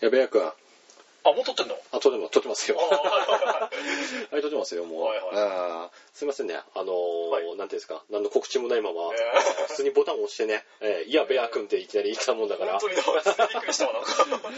やべえくん。 あ、もう撮ってんのあ、撮ってます、撮ってますよ。 あはいはい、撮ってますよ、もう。はいはいあーすいませんね、あのーはいなんていうんですか、何の告知もないまま、え普通にボタンを押してね、えーいや、ベア君っていきなり言ったもんだーから本当。にだからびっくりしたわなん か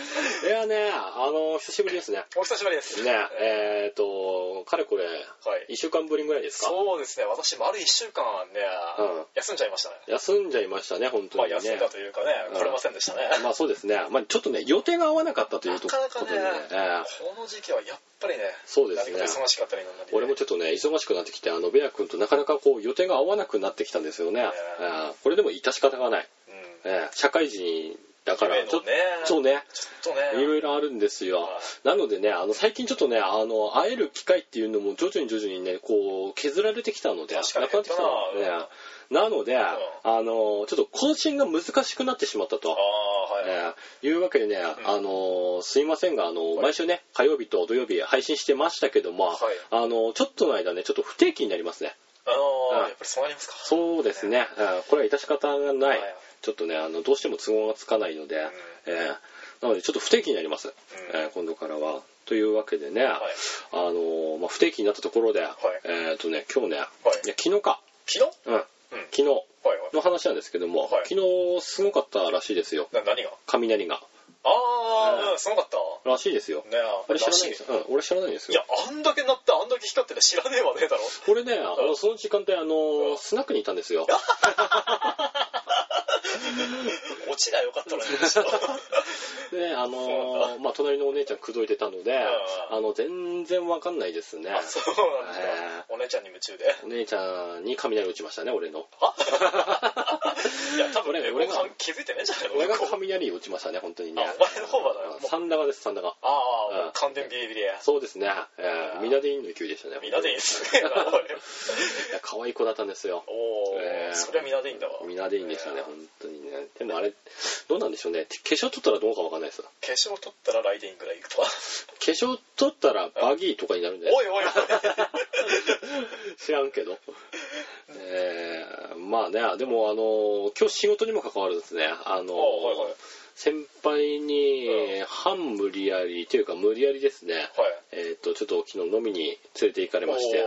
いやね、あのー久しぶりですね。お久しぶりですね、はえっ、と、かれこれ、い1週間ぶりぐらいですか。そうですね私丸1週間ねうん休んじゃいましたね休んじゃいましたね、本当まあにね。休んだというかねうん来れませんでしたねまあそうですね、まあちょっとね、予定が合わなかったというなとかなかこねとでね。えーこの時期はやっぱりねそうですね何か忙しかったりなんだりね俺もちょっとね忙しくなってきてあのベア君となかなかこう予定が合わなくなってきたんですよね、ええーこれでも致し方がない、うんえー社会人だから夢ちょのねっとそうねちょっとねいろいろあるんですよはいなのでねあの最近ちょっとねあの会える機会っていうのも徐々に徐々にねこう削られてきたので確かになくなってきたので、ねなので、あのちょっと更新が難しくなってしまったとあ。あはいえーいうわけでね、あのーすいませんが、あのー毎週ね、火曜日と土曜日配信してましたけども、はいあのーちょっとの間ね、ちょっと不定期になりますね。あのうんーやっぱりそうなりますかそうですね、えーこれは致し方がない。はいちょっとね、あの、どうしても都合がつかないので、えーなのでちょっと不定期になります、うんえー今度からは。というわけでね、いあのーまあ、不定期になったところで、えっ、とね、今日ね、いや昨日か、昨日うん、うん昨日はいはいの話なんですけども、はい昨日すごかったらしいですよ、な何が雷が。あうんあ、うんすごかった。らしいですよ。ねあれ知らないんらでしすよ。うん、俺知らないんですいやよ。、あんだけなって、あんだけ光ってて知らねえわねえだろ。俺ね、あうの、んその時間帯、あの、スナックにいたんですよ。落ちなよかっ たらね。ちょっとでね、あそうなの、まあ、隣のお姉ちゃん口説いてたので、うんあの、全然わかんないですね。 あそうなんですえか。お姉ちゃんに夢中で。お姉ちゃんに雷打ちましたね、俺の。いや、多分ね、俺俺がが気づいてねえんじゃないの俺が向こう雷打ちましたね、本当にねあ。お前の方がだようん三高です、三高。ああ、うもんう完全ビリビリや。そうですね。えー、みなでいいの勢いでしたね。みんなでいい っすね。おいいや可愛い子だったんですよ。おえーー、それはみんなでいいんだわ。みなでいいんでしたね、えー本当にね。でもあれ、どうなんでしょうね。化粧取ったらどうかわかんないです。化粧取ったらライディングで行くとは。化粧取ったらバギーとかになるんじゃないですかおいおいおい。知らんけど。えー、まあね、でもあの、今日仕事にも関わるんですね。あの、あはいはい先輩に、半無理やりというか無理やりですね、はい。えっ、と、ちょっと昨日飲みに連れて行かれましておー、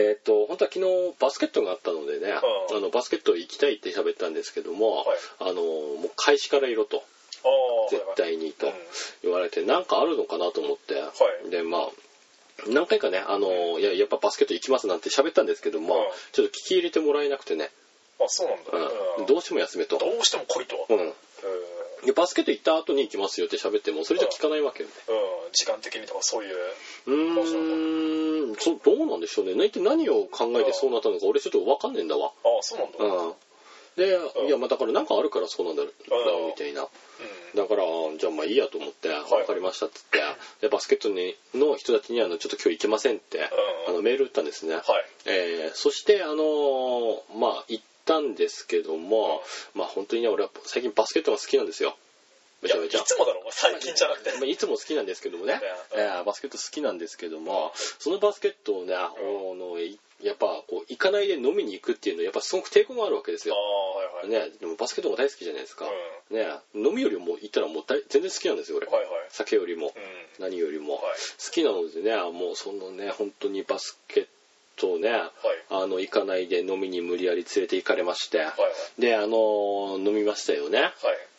はいえっ、と、本当は昨日バスケットがあったのでね、うんあの、バスケット行きたいって喋ったんですけども、はいあの、もう開始からいろと、おー絶はいはい対にうとん言われて、なんかあるのかなと思って、はいで、まあ、何回かね、あのーいや、やっぱバスケット行きますなんて喋ったんですけども、うんちょっと聞き入れてもらえなくてね、あ、そうなんだ。う、うんんどうしても休めと。どうしても来いと。ううんん。でバスケット行った後に行きますよって喋っても、それじゃ聞かないわけよね。うん時間的にとかそういう。うーん、そう、どうなんでしょうね。一体何を考えてそうなったのか、俺ちょっとわかんねえんだわ。ああ、そうなんだ。ううん。ん。で、んいや、まあだからなんかあるからそうなんだろうな、みたいな。だから、じゃあまあいいやと思って、わ、いかりましたっつって、で、バスケットにの人たちに、あの、ちょっと今日行けませんって、うんあの、メール打ったんですね。はい。えーそして、あのーまあ、行ったんですけども、まあ、本当にね、俺は最近バスケットが好きなんですよ。めいちや、ゃめいちゃ。つもだろ、お前最近じゃなくて。まあ、いつも好きなんですけどもね、うんえーバスケット好きなんですけども、そのバスケットをね、あのいやっぱこう行かないで飲みに行くっていうのはやっぱすごく抵抗があるわけですあよ。あ、はいはい。ね、でもバスケットも大好きじゃないですか。うね、飲みよりも行ったらもう大全然好きなんですよ俺、ん。はいはい。酒よりも、うん。何よりも、はい好きなのでねもうそのね本当にバスケットをね、あの行かないで飲みに無理やり連れて行かれまして、はいはい。であのー飲みましたよねは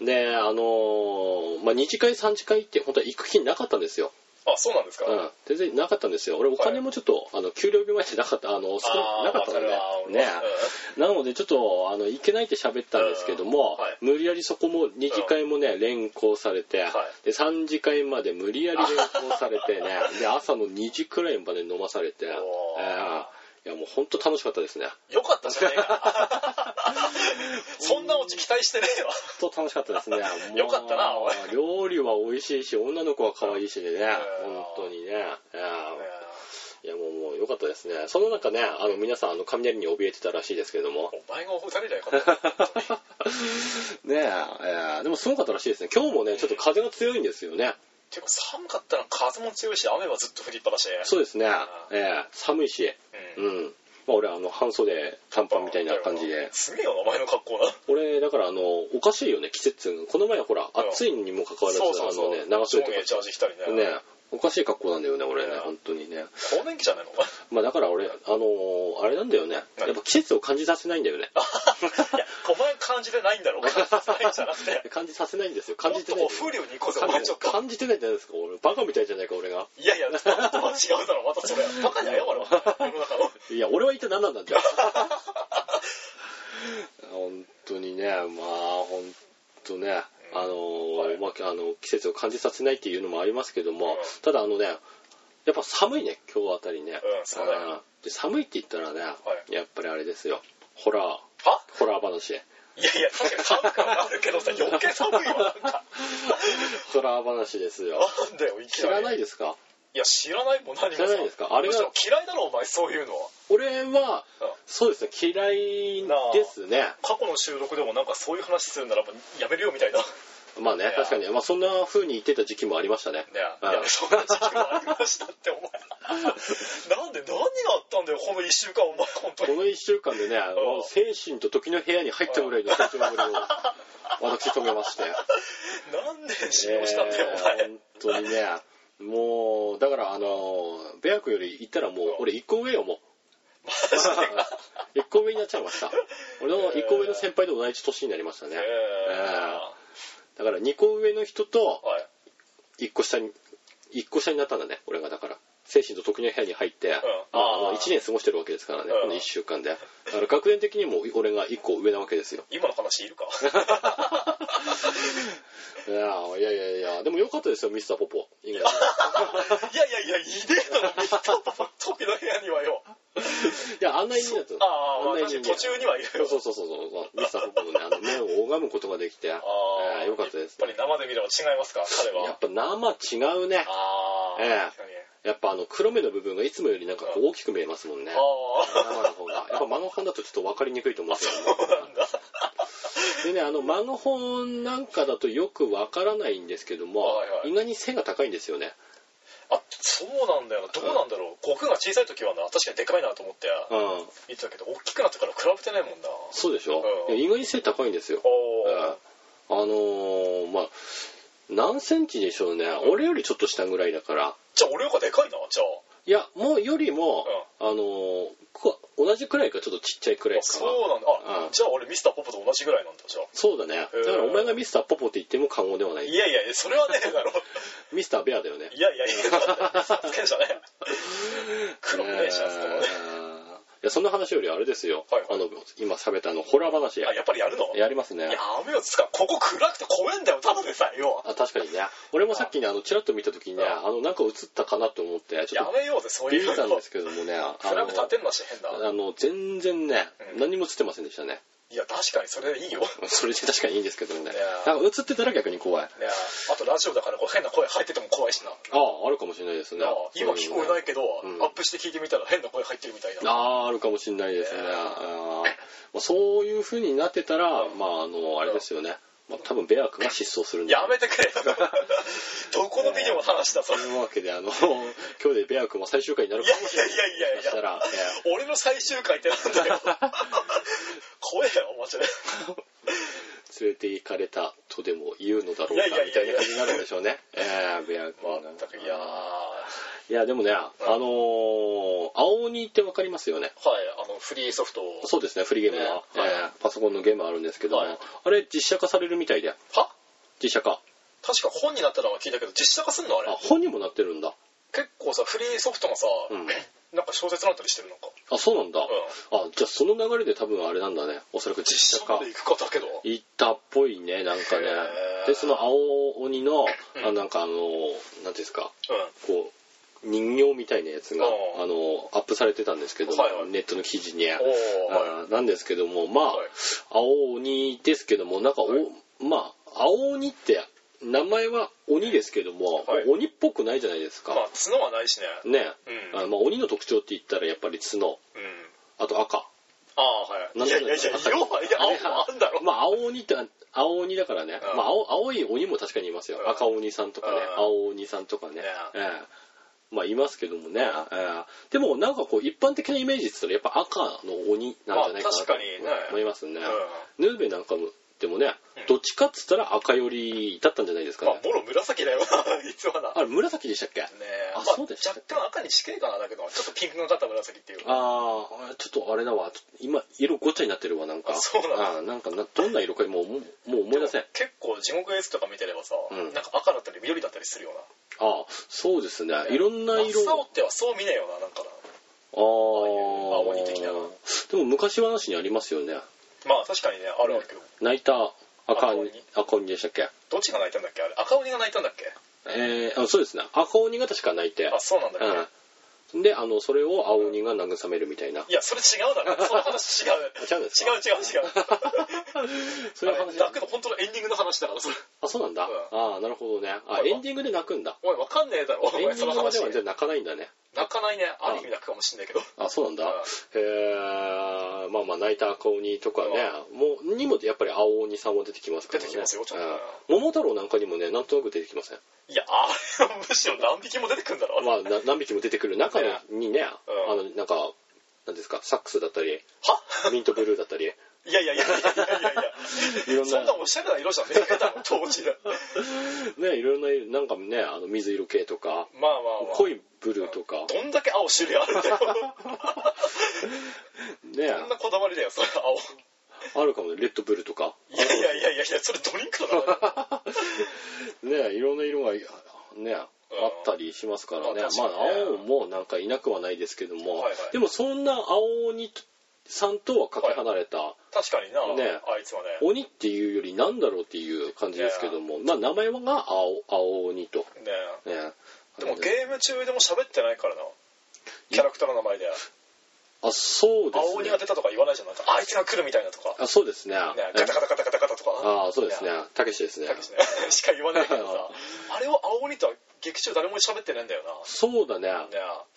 い。であのーまあ、2次会3次会って本当は行く気なかったんですよ、あ、そうなんですか。うあん、全然なかったんですよ俺お金もちょっと、あの給料日前じゃなかったあの少あ、なかったのでわかるわねなのでちょっとあの行けないって喋ったんですけども、うんはい無理やりそこも2次会もね連行されて、で3次会まで無理やり連行されて ねで朝の2時くらいまで飲まされて、えおーーいやもうほんと楽しかったですねうん。よかったじゃねえか。 そんなオチ期待してねえわ。ほんと楽しかったですねもう よかったなおい料理は美味しいし女の子は可愛いしでねうん本当にね、えーいやもうもうよかったですねその中ねあの皆さんあの雷に怯えてたらしいですけれどもお前が覚えされりゃよかった。本当にねええーでもすごかったらしいですね今日もねちょっと風が強いんですよね結構寒かったら風も強いし、雨はずっと降りっぱなし。そうですね、んえー寒いし、うんうん。まあ、俺あの半袖短パンみたいな感じですげえよなお前の格好な俺だからあのおかしいよね季節この前ほらうん暑いにもかかわらずそうそうあそうのね長袖と上下ジャージ着たりかねねおかしい格好なんだよね俺ねうん本当にね更年期じゃないの お前まあだから俺あのーあれなんだよねや何っぱ季節を感じさせないんだよねいやお前感じてないん だろ感じてないんじゃなくて感じさせないんですよ感もっじてとないこんうだよ風流に行こうぜお前ちょっと感じてないじゃないですか俺バカみたいじゃないか俺がいやいやまた違うだろまたそれバカに謝 ろ世の中のいや俺は一体何なんだ って本当にねまあ本当ねあのー、はいまあ、あの季節を感じさせないっていうのもありますけども、うんただあのねやっぱ寒いね今日あたりね、そうだよんで寒いって言ったらね、やっぱりあれですよホラーはいホラー 話いやいや、確かに寒くはなるけどさ、余計寒いわ、なんか。ホラー話ですよなんだよ、いき知なり。らないいですかや、知らないもん、何もさ知らないですかあれがむしろ嫌いだろ、お前、そういうのは。俺はうんそうですね嫌いですね過去の収録でもなんかそういう話するならばやめるよみたいな。ねまあねいや確かに、まあ、そんな風に言ってた時期もありましたねえ、いやそんな時期もありましたって、お前。なんで、何があったんだよ、この一週間、お前、本当こに。の1週間でね、もう精神と時の部屋に入ったぐらいの成長ぶりを 私止めまして。なんで使用したんだよ、お前。えー本当にね、もう、だからあの、ベア君より行ったらもう、俺1個上よ、 もう。1個上になっちゃいました。俺の1個上の先輩と同じ年になりましたねえ。だから2個上の人とーはい。 1個下に、1個下になったんだね、俺がだから。精神と時の部屋に入って、まあ、1年過ごしてるわけですからね、うんこの1週間で。だから学年的にも俺が1個上なわけですよ。今の話 いるかいやいやいやいや、でも良かったですよ、ミスターポポ。イングランいやいやいや、いねえだろ、ミスターパパ、時の部屋にはよ。ドいや、あんな犬だった。ああ、んな確かに途中にはいるそよう。そうそうそうそう、ミスターポポのね、あの、目を拝むことができて、えああ、ー良かったです。やっぱり生で見れば違いますか、彼やはっ。ぱ生違うね。ああ、ええ確かに。やっぱあの、黒目の部分がいつもよりなんかこう大きく見えますもんね。あ生の方が。やっぱ間の本だとちょっと分かりにくいと思うんですよ、 でね、あの、間の本なんかだとよく分からないんですけども、はいはい意外に背が高いんですよね。 あ、あ、そうなんだよな。どうなんだろう。悟空が小さい時はな、確かにでかいなと思ってうん。見てたけど、大きくなってから比べてないもんな。おそうでしょ、うんいや意外に背高いんですよ。お。あのー、まあ何センチでしょうね俺よりちょっと下ぐらいだからじゃあ俺よりかでかいな、じゃあ。いやもうよりも、あのーこ同じくらいかちょっとちっちゃいくらいあかそうなんだ。うあん、じゃあ俺ミスターポップと同じぐらいなんだ、じゃあ。そうだねだからお前がミスターポポって言っても過言ではないいやいやいや、それはねえだろ。ミスターベアだよねいやいやいや、つけんじゃねえ。黒くねえじゃん、そこまで。えーいやそんな話よりあれですよ、はいはあいの今喋ったあのホラー話やあ、やっぱりやるのやりますねやめよ、つか、ここ暗くて怖えんだよ、ただでさえよ。あ確かにね俺もさっきねあのチラッと見た時にねうんあのなんか映ったかなと思ってちょやっめようぜ、とそういビビっうたんので。すけどもねあ暗く立てんなし、変な。あの全然ね、うん何も映ってませんでしたね いや、確かにそれいいよ。ねそれで確かにいいんですけどもねいやーなんか映ってたら逆に怖いえあとラジオだからこう変な声入ってても怖いしな。あああるかもしれないですねなあ今聞こえないけど、うんアップして聞いてみたら変な声入ってるみたいな。あああるかもしれないですね、ねあーまあ、そういう風になってたら、まああのあれですよね、まあ、多分ベア君が失踪するんでやめてくれよ。どこのビデオの話だ、そとれ。いいうわけであの 今日でベア君も最終回になるかやいもしやれないいやいそしやたいや。ら、え俺の最終回ってなんだよ。怖えよ、マジで。ー連れて行かれたとでも言うのだろういやかいやみいたやいいなや感じになるんでしょう ね、えー、ベア君がまったく、いやーいやでもねあのー青鬼ってわかりますよねはい、あの、フリーソフトを。そうですね、フリーゲームは、ねはいえーパソコンのゲームあるんですけども、はいあれ実写化されるみたいで、は実写化。確か本になったのは聞いたけど、実写化すんのああれ。、本にもなってるんだ。結構さ、フリーソフトがさ、うんなんか小説になったりしてるのか。あ、そうなんだ。うあ、じゃあその流れで多分あれなんだね。おそらく実実写写化ま。で行くかだけど。いったっぽいね、なんかねへ。ーで、その青鬼の、あうんなんかあの、なんていうんですか、うん。こう、人形みたいなやつが、うんあの、アップされてたんですけど、はいはいネットの記事に。おー、はい。あーなんですけどもまあ、はい青鬼ですけどもなんかお、はいまあ青鬼って名前は鬼ですけども、はい鬼っぽくないじゃないですか、まあ、角はないしね。ね、うんあまあ、鬼の特徴って言ったらやっぱり角うん。あと赤ああ、なんはい。いだやろういやいや、色はいや、青もあんだろ。まあ青鬼って青鬼だからね、うんまあ、青青い鬼も確かかにいますようん赤鬼さんとかねうん青鬼さんとかねねええまあいますけどもね、えーでもなんかこう一般的なイメージって言ったらやっぱ赤の鬼なんじゃないかなまあ確とかにね思いますね、うヌーベなんかもでもね、うんどっちかっつったら赤寄りだったんじゃないですかまあね、もろ紫だよな実はなあれ紫でしたっけねあまあそうでした若干赤に近いかなだけどちょっとピンクのかった紫っていうかああちょっとあれだわ今色ごちゃになってるわなんかあそうなんだあーなんかなどんな色かもうもうもう思い出せんあ結構地獄絵図とか見てればさ、うんなんか赤だったり緑だったりするようあそうですねないろんな色真っ青ってはそう見ねえよななんかなああ青鬼的なでも昔話にありますよねまあ確かにねあるんだけど、泣いた赤鬼赤鬼赤鬼でしたっけどっちが泣いたんだっけあれ赤鬼が泣いたんだっけえー、あそうですね赤鬼が確か泣いてあそうなんだっけ、うんであのそれを青鬼が慰めるみたいないやそれ違うだ ろその話違う違うんですか違う違う違う そういう話あれだけど本当のエンディングの話だからそれあそうなんだ、うああなるほどねあはいエンディングで泣くんだおいわかんねえだろおエン前ディそンのグまで話はじゃ泣あ泣かないんだねかないねある意味泣くかもしんないけどあそうなんだ、はいへえまあまあ泣いた赤鬼とかね、もうにもやっぱり青鬼さんも出てきますからね出てきますよちゃんとねうん桃太郎なんかにもねなんとなく出てきませんいやあれむしろ何匹も出てくんだろ、まあな何匹も出てくる中にね、うんあのなんかなんですかサックスだった りはミントブルーだったりいやいやいやいやいやいやいいろんやそんななおしゃれな色じゃねえかだろ当時だねいろんななんかねあの水色系とかまあまあ、まあ、濃いブルーとかどんだけ青種類あるん だよねそんなこだわりだよそれ青あるかもねレッドブルーとかいやいやいやいやいやそれドリンクだなねいろんな色がねあったりしますからね、まあ確まかあにね青もなんかいなくはないですけども、はいはいでもそんな青鬼さんとはかけ離れた、確かにな、ねあいつはね鬼っていうよりなんだろうっていう感じですけども、まあ名前が青青鬼と、ねね、でもゲーム中でも喋ってないからなキャラクターの名前であそうですね青鬼が出たとか言わないじゃんなんかあいつが来るみたいなとか、ね、あそうですねガタガタガタガタガタとかああそうですねねたけしですねたけしねしか言わないけどさ あれを青鬼とは劇中誰も喋ってないんだよなそうだねね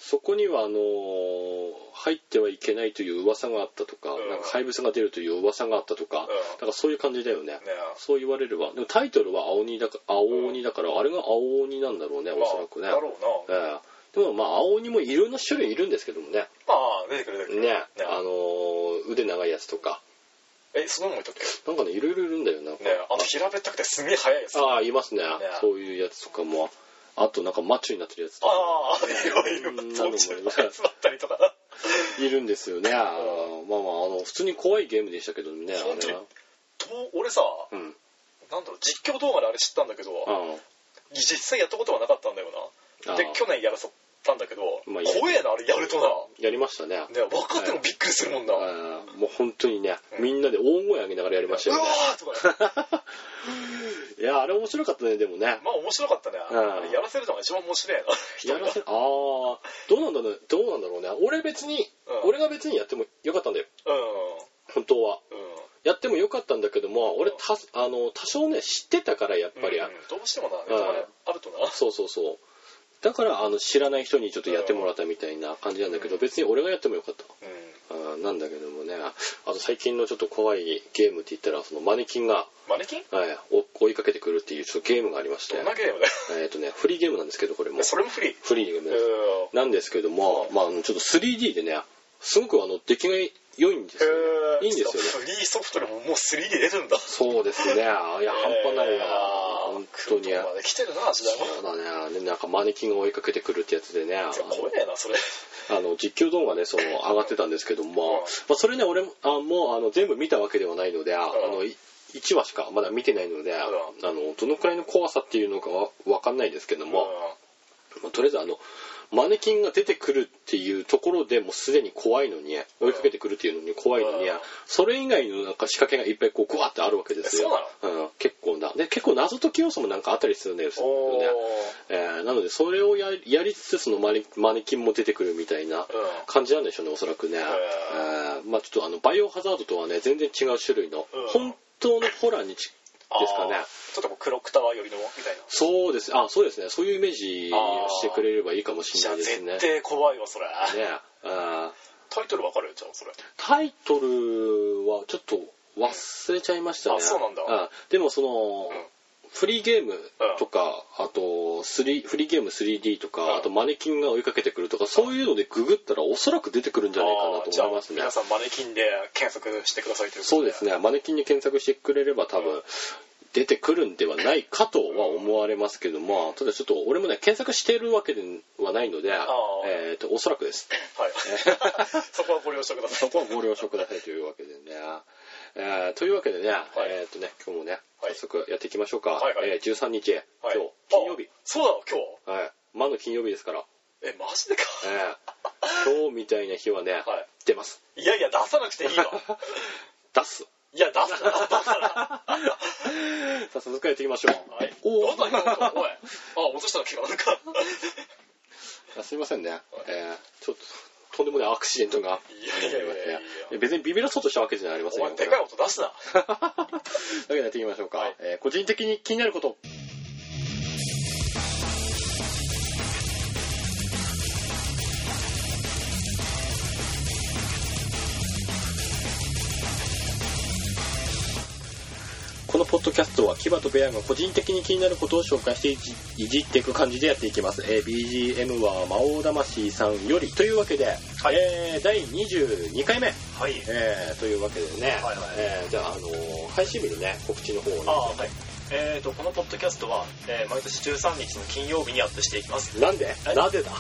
そこにはあのー入ってはいけないという噂があったとか,、うんなんか怪物が出るという噂があったとか、んだからそういう感じだよね、ねそう言われればでもタイトルは青鬼だか青鬼だから、あれが青鬼なんだろうねまおあそらくね、だろうえな、えでもまあ青鬼もいろんな種類いるんですけどもねまあ出てくる出てくるねあのー腕長いやつとかえそんなのもいたっけなんかねいろいろいるんだよなんか、ねあの平べったくてすげえ速いやつあああいますねそういうやつとかもあとなんかマッチョになってるやつとかあいろいろうんどっちに座ったりとかいるんですよね。あのまあまあ、あの、普通に怖いゲームでしたけどね、あ本当れには。と俺さうん。なんだろう実況動画であれ知ったんだけどあ実際やったことはなかったんだよあなあで去年やらせたんだけどまあいいや怖えなあれやるとなやりましたね。ね分かってもびっくりするもんなうわあーもう本当にね、うんみんなで大声上げながらやりましたよね。ーとかねいや、あれ面白かったね、でもね。 まあ面白かったねうんあれやらせるのが一番面白いなやらせ、ああ、どうなんだろう、どうなんだろうね。俺別に、うん俺が別にやってもよかったんだよ。う本当は。んうんやってもよかったんだけども、俺た、あの、多少ね、知ってたから、やっぱり、うんうんどうしてもなネタうんバレあるとなそうそうそう。だから、あの、知らない人にちょっとやってもらったみたいな感じなんだけど、別に俺がやってもよかった。うんあーなんだけどもねあと最近のちょっと怖いゲームって言ったらそのマネキンが、マネキンはい、お追いかけてくるっていうちょっとゲームがありましてどんなゲームだよ えっ、とねフリーゲームなんですけどこれもそれもフリーフリーゲームうです、んなんですけども、まあ、あのちょっと 3D でねすごくあの出来が良いんですよ、ねへーいいんですよねフリーソフトでももう 3D 出るんだそうですねいや半端ないなえー本当に来るとこまで来てるな時代もそうだねでなんかマネキンが追いかけてくるってやつでねあの怖えなそれあの実況動画ねその上がってたんですけども、まあ、それね俺もあもうあの全部見たわけではないので、あのい1話しかまだ見てないので、あのどのくらいの怖さっていうのかは分かんないですけども、まあとりあえずあのマネキンが出てくるっていうところでもうすでに怖いのに追いかけてくるっていうのに怖いのに、うんそれ以外のなんか仕掛けがいっぱいこうグワってあるわけですよ。うん、結構なで結構謎解き要素もなんかあったりするんですおよおーね。えーなのでそれをややりつつそのマネマネキンも出てくるみたいな感じなんでしょうねおそらくね、えーまあちょっとあのバイオハザードとはね全然違う種類の、うん本当のホラーにちですかねあーちょっとこう黒くタワー寄りのみたいなそうですあそうですねそういうイメージをしてくれればいいかもしじれゃなあいですね絶対怖いわそれねあータイトルわかるじゃんそれタイトルはちょっと忘れちゃいましたねあそうなんだでもその、フリーゲームとか、あと3フリーゲーム 3D とか、うんあとマネキンが追いかけてくるとかそういうのでググったらおそらく出てくるんじゃないかなとじゃあ思いますね皆さんマネキンで検索してくださいということそうですねマネキンに検索してくれれば多分出てくるんではないかとは思われますけども、ただちょっと俺もね検索してるわけではないので、えー、とおそらくですはい そこはご了承くださそいこはご了承くださいというわけでね。えーというわけでね、いえっ、とね、今日もね、はい早速やっていきましょうか。はいはいえー13日、今はい日、金曜日あ。そうだ今はい。魔の金曜日ですから、日えマジでかえー今日みたいな日はね、は出ます。いいやいや出さなくていいわ出す。いや出すなだからさあ、早速やっていきましょう。はいおどうーだよおいあ落としたの気があるかあすいませんね、えーちょっと、とんでもないアクシデントが。いやいやいやいやいや別にビビらそうとしたわけじゃありませんおよ。前でかい音出すな というわけでやっていきましょうか、はいえー個人的に気になることこのポッドキャストはキバとベアが個人的に気になることを紹介していじいじっていく感じでやっていきます、えー BGM は魔王魂さんよりというわけで、はいえー第22回目はいえーというわけでね、はいはいえーじゃあ、あのー配信日のね告知の方をねあはいえーとこのポッドキャストは、えー毎年13日の金曜日にアップしていきますなんでえなぜだ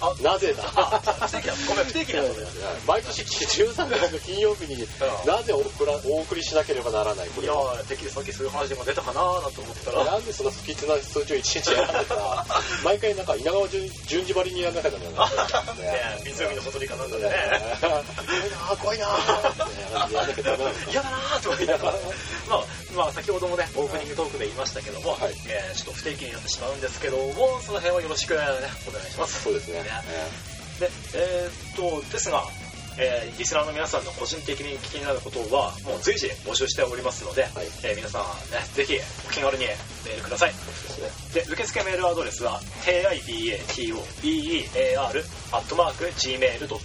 あなぜだあ不定期だごめん不定期だったんだよ毎年13日の金曜日にんなぜお送らお送りしなければならないこいれやはーてっきりさっきそういう話でも出たかなーなんて思ってたらなんでそんな不吉な数字をいちいち選んでさ毎回なんか稲川淳淳二張りにやんなかったんじゃないねえ湖のほとりかなんかでね怖いなー怖いなーってやんなきゃダメなんだ嫌だなーとか言いながらまあ、まあ、先ほどもねオープニングトークで言いましたけども、はいえーちょっと不定期になってしまうんですけどもその辺はよろしく、ね、お願いしますそうですねねでえーっとですがえーリスナーの皆さんの個人的に気になることはもう随時募集しておりますので、はいえー皆さん、ね、ぜひお気軽にメールくださいで受付メールアドレスは tibato.bear.gmail.com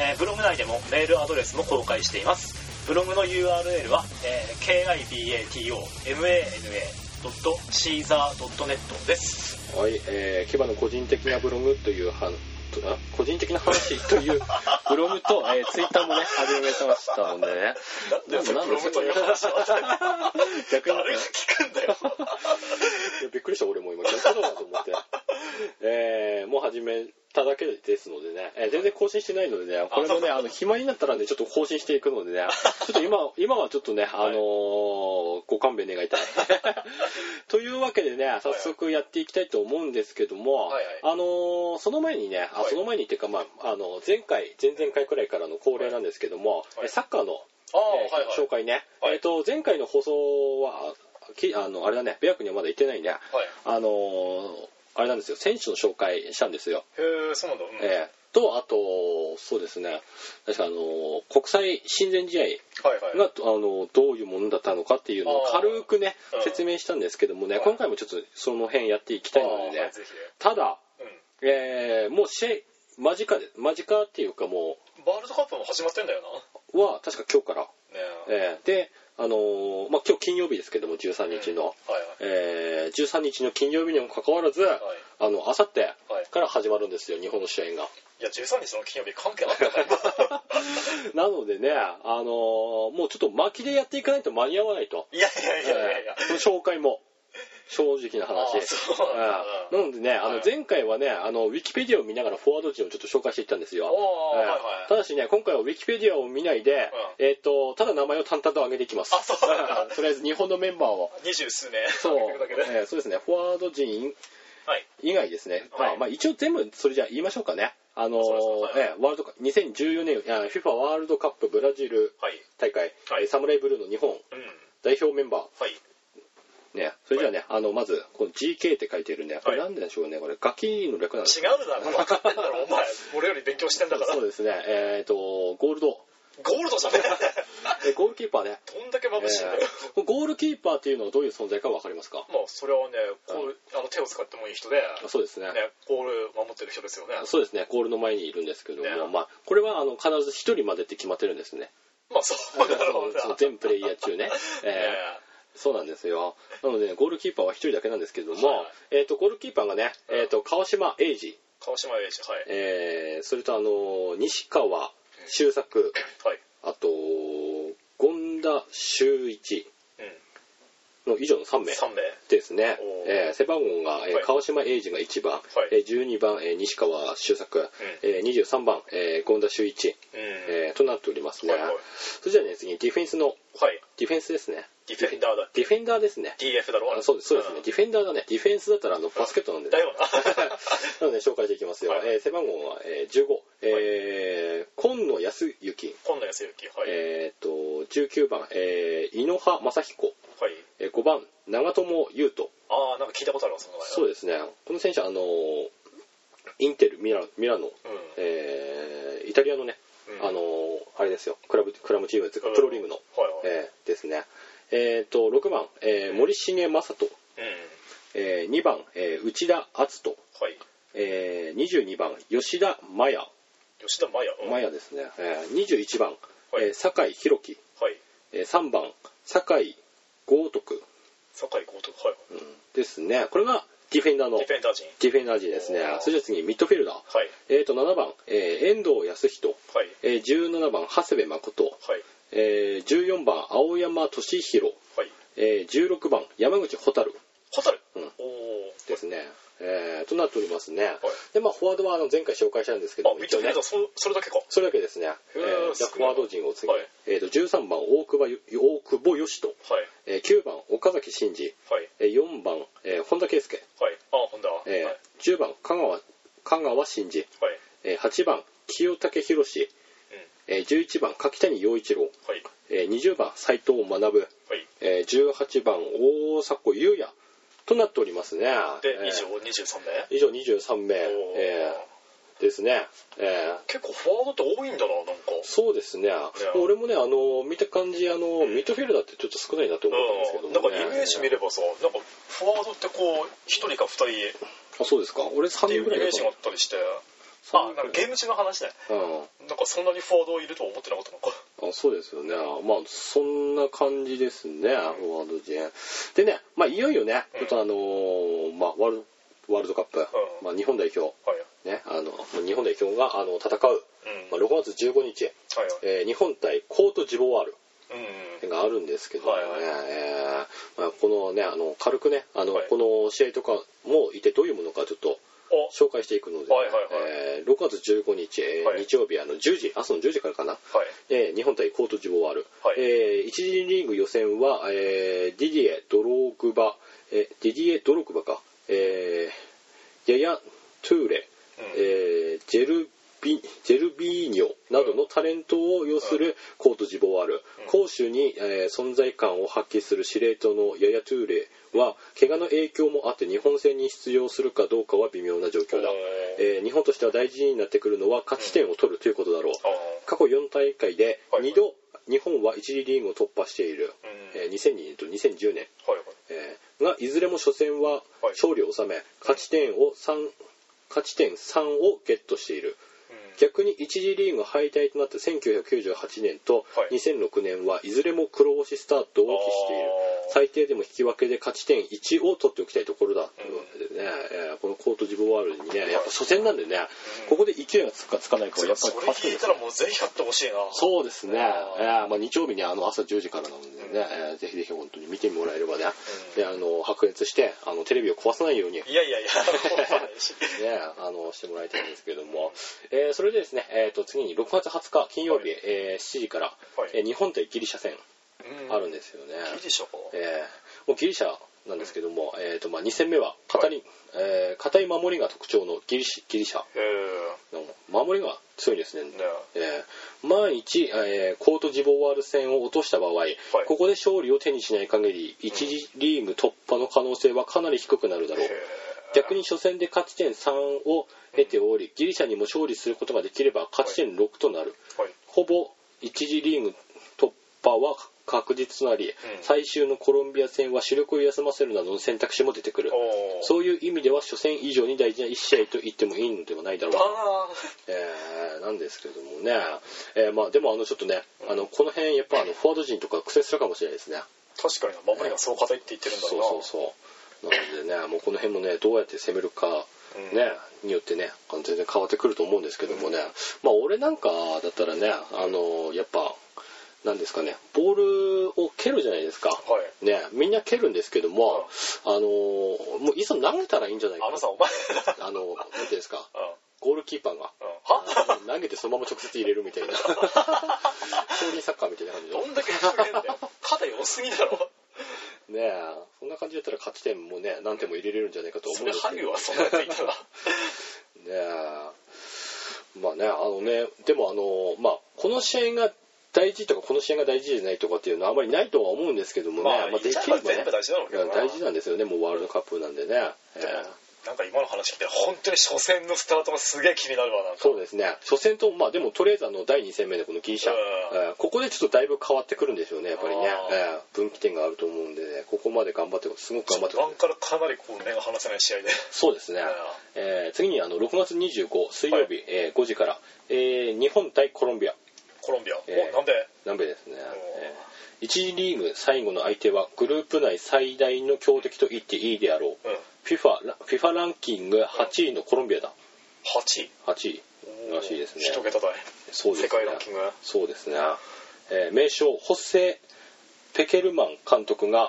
えーブログ内でもメールアドレスも公開していますブログの URL は、えー kibatomana.caesar.net ですはい、えー、キバの個人的なブログというはんとあ個人的な話と いうブログと、えー、ツイッターもね始めましたのでねなんでなんブログという話 は逆に誰が聞くんだよいやびっくりした俺も今逆だなと思って、えーもう始めただけですのでね、えー全然更新してないのでねこれもねあの暇になったらねちょっと更新していくの でねちょっと今今はちょっとね、あのーご勘弁願いたい というわけでね早速やっていきたいと思うんですけども、はいあのーその前にね、あはいその前にっていうか、まあ、あの前回前々回くらいからの恒例なんですけども、はいえサッカーのああえー紹介ね、はいえっ、と前回の放送はあきあのあれだねベア君にはまだ行ってないねあのーあれなんですよ選手の紹介したんですよ、へえそうなんだ、うんえーとあとそうですね確かあのー国際親善試合はいはいが、あのーどういうものだったのかっていうのをあー軽くねうん説明したんですけどもね、はい今回もちょっとその辺やっていきたいのでね、ああはいぜひただ、うえーもう試合間近で間近っていうかもんワールドカップも始まってんだようは確か今日からなねええーで、あのーまあ、今日金曜日ですけども13日の、はいはいえー13日の金曜日にもかかわらず、あのあさってから始まるんですよ日本の試合が。 いや13日の金曜日関係あったかよなのでね、あのーもうちょっと巻きでやっていかないと間に合わないと、 いやいやいやいやいやえーその紹介も正直な話あ。そうなんだえーなのでね、あはのい前回はね、あのウィキペディアを見ながらフォワード陣をちょっと紹介していったんですよ。おーえーはいはいただしね、今回はウィキペディアを見ないで、えっ、と、ただ名前を淡々と上げていきます。あそうなんだえー とりあえず日本のメンバーを。二十数名そう、だけで はいえーそうですね、フォワード陣以外ですね、はいまあまあ、一応全部それじゃあ言いましょうかね、あのーそうですねえーワールドカップ2014年、あ FIFA ワールドカップブラジルはい大会、はいえーサムライブルーの日本うん代表メンバはいー、ね、それじゃあね、あのまずこの GK って書いてるね、これなんででしょうね、これ、ガキの略なんです違うだろ分かってんだろお前俺より勉強してんだからそうですね、えっ、と、ゴールド、ゴールドじ ゃねえーゴールキーパー ね、えどんだけえ眩しいんだよーこれゴールキーパーっていうのはどういう存在か分かりますかまあそれはねこうあの手を使ってもいい人であそうですね。ねゴール守ってる人ですよねそうですね、ゴールの前にいるんですけども、ねまあ、これはあの必ず1人までって決まってるんですね。まあそうだろうな そう全プレイヤー中ね、えーそうなんですよ。なので、ゴールキーパーは一人だけなんですけども、はえっ、と、ゴールキーパーがね、えっ、と、川島英二、川島英二はい、えー、それとあの、西川修作、はいあと、権田修一うん、の以上の3名3名ですねお。ーえー背番号が、えーはい川島英二が1番、いえー12番、えー西川修作、んえー23番、えー権田修一、うん、えーとなっておりますね。はいはいそれじゃあね、次にディフェンスの、はいディフェンスですね。ディフェンダーだディフェンダーですね。 DF だろあそうです、そうですね。ディフェンダーだね。ディフェンスだったら、あの、バスケットなんで、ねだ。よな なので、紹介していきますよ。はいえー背番号は、えー15、えー今野康之、今野康之はい、えーと、19番、えー井ノ葉正彦、はいえー5番、長友佑都。ああなんか聞いたことあるわその名前そうですね。この選手は、あのーインテル、ミラミラノ、うんえーイタリアのね、うんあのーあれですよ、クラブ、クラブチームというか、うんプロリーグの、はいはい、えーですね。えーと、6番、えー森重正人、うんえー2番、えー内田篤人、はいえー22番、吉田麻也、吉田麻也、うん麻也ですね、えー21番、はいえー酒井宏樹、はいえー3番、酒井豪徳、酒井豪徳はいうんですね。これがディフェンダーの、ディフェンダー陣ディフェンダー陣ですねおー。それじゃあ次、ミッドフィルダー。はいえーと、7番、えー遠藤康人、はいえー17番、長谷部誠、はいえー14番、青山俊弘、はいえー16番、山口蛍蛍、うんおおですね。えーとなっておりますね。はいで、まあ、フォワードはあの前回紹介したんですけどあ、も、見て一応みるねと、、そそれだけか。それだけですね。えへーーじゃあすフごォいワード陣を次、はいえーと、13番、大久保よ、大久保義人、はい。えー9番、岡崎慎二、はい。えー4番、えー本田圭佑、はい。あ、本田。はい。えーはい。 10番、香川、香川真司、えー8番、清武宏、うん。えー11番、柿谷陽一郎、はい。えー20番、斎藤学、はい。えー18番、大迫優也となっておりますね。で、えー以上23名。以上23名、おーえーですね。えー結構フォワードって多いんだな、なんか。そうですね。俺もね、あの、見た感じ、あの、ミッドフィルダーってちょっと少ないなと思ったんですけどうもん。ね、なんかイメージ見ればさ、なんかフォワードってこう、一人か二人っあ、そうですか。俺3てい人うぐらイいだメーとジがあったりして、あ、三人なんかゲーム中の話ね。なんかそんなにフォワードいるとは思ってなかったのか。うん。あ、そうですよね。まあ、そんな感じですね、フォワード陣。でね、まあ、いよいよね、ちょっとあのーまあ、ワールド、ワールドカップ、んまあ、日本代表、はい。ね、あの、日本代表が、あの、戦う、うん。まはあ、い。 6月15日、えー日本対コートジボワール。うん。があるんですけどね、はいはいえーまあ、このねあの軽くねあの、はいこの試合とかもいてどういうものかちょっとあ、紹介していくので、はいはいえー6月15日、えーはい日曜日あの10時朝の10時からかな、はえい。ー日本対コートジボワール、はいえー一次リーグ予選は、えーディディエ・ドローグバ、えーディディエ・ドローグバか、えーヤヤ・トゥーレ、うんえージェルビジェルビーニョなどのタレントを要するコートジボワール、攻守に、えー存在感を発揮する司令塔のヤヤ・トゥーレは怪我の影響もあって日本戦に出場するかどうかは微妙な状況だおえー、ー日本としては大事になってくるのは勝ち点を取るということだろう、あ過去4大会ではい2度日本は1次リーグを突破している、うんえー2002年と2010年、ーはいはい。えーがいずれも初戦ははい勝利を収め勝ち点を3勝ち点3をゲットしているうん逆に1次リーグ敗退となった1998年とはい2006年はいずれも黒星スタートを喫しているあー最低でも引き分けで勝ち点1を取っておきたいところだということでね、えーこのコートジボワールにねやっぱ初戦なんでねここで勢いがつくかつかないかはやっぱりそれ勝つ聞いたらもうぜひやってほしいな。そうですね、あーえーまあ、日曜日にあの朝10時からなのでね、えーぜひぜひ本当に見てもらえればね、うんであの白熱してあのテレビを壊さないように、ねいやいやいや、わかんないしあのしてもらいたいんですけども、えーそれでですね、えー、と次に6月20日金曜日、はいえー7時から、いえー日本対ギリシャ戦うんあるんですよね、ギリシャか。えーもうギリシャなんですけども、えーとまあ、2戦目は堅い,、えー堅い守りが特徴のギリシギリシャへえの守りが強いですねねえー万一、えーコートジボワール戦を落とした場合、ここで勝利を手にしない限り1次リーグ突破の可能性はかなり低くなるだろう、へ逆に初戦で勝ち点3を得ており、ギリシャにも勝利することができれば勝ち点6となる、えはい。ほぼ1次リーグ突破は確実となり、最終のコロンビア戦は主力を休ませるなどの選択肢も出てくる、おーそういう意味では初戦以上に大事な1試合と言ってもいいのではないだろうバかーえーなんですけどもね、えーまあ、でもあのちょっとね、あのこの辺やっぱあのフォワード陣とか苦戦するかもしれないですね。確かにな守りがそう硬いって言ってるんだそろううなそうそうなのでねもうこの辺もねどうやって攻めるかうんね、によってねあの全然変わってくると思うんですけどもね、まあ俺なんかだったらねあのやっぱなんですかねボールを蹴るじゃないですか、はいね、みんな蹴るんですけども、あのもういっそ投げたらいいんじゃないかあのさお前 あのなんていうんですかうんゴールキーパーがうんはあの 投げてそのまま直接入れるみたい な少林サッカーみたいな感じのどんだけ低めんだよ肩良すぎだろねえそんな感じだったら勝ち点もね何点も入れれるんじゃないかと思うそんれですけハどリはそんなやついた らねえまあねあのねでもあのまあこの試合が大事とかこの試合が大事じゃないとかっていうのはあまりないとは思うんですけどもね、まあで言っちゃえきばればね全部大事だろうけどな大事なんですよねもうワールドカップなんでね、ええなんか今の話聞いて本当に初戦のスタートがすげえ気になるわなんかそうですね初戦とまあでもとりあえずあの第2戦目のこのギリシャ、うんええここでちょっとだいぶ変わってくるんでしょうねやっぱりね、あーええ分岐点があると思うんでねここまで頑張ってすごく頑張って序盤からかなりこう目が離せない試合でそうですねうん、ええ次にあの6月25水曜日、ええ5時から、ええ日本対コロンビアコロンビア、えーおなんで南米ですね、えー、1次リーグ最後の相手はグループ内最大の強敵と言っていいであろううん FIFA ラ FIFA ランキング8位のコロンビアだ8位8位らしいですね一桁台そうですね世界ランキングそうですね、えー名将ホッセ・ペケルマン監督がう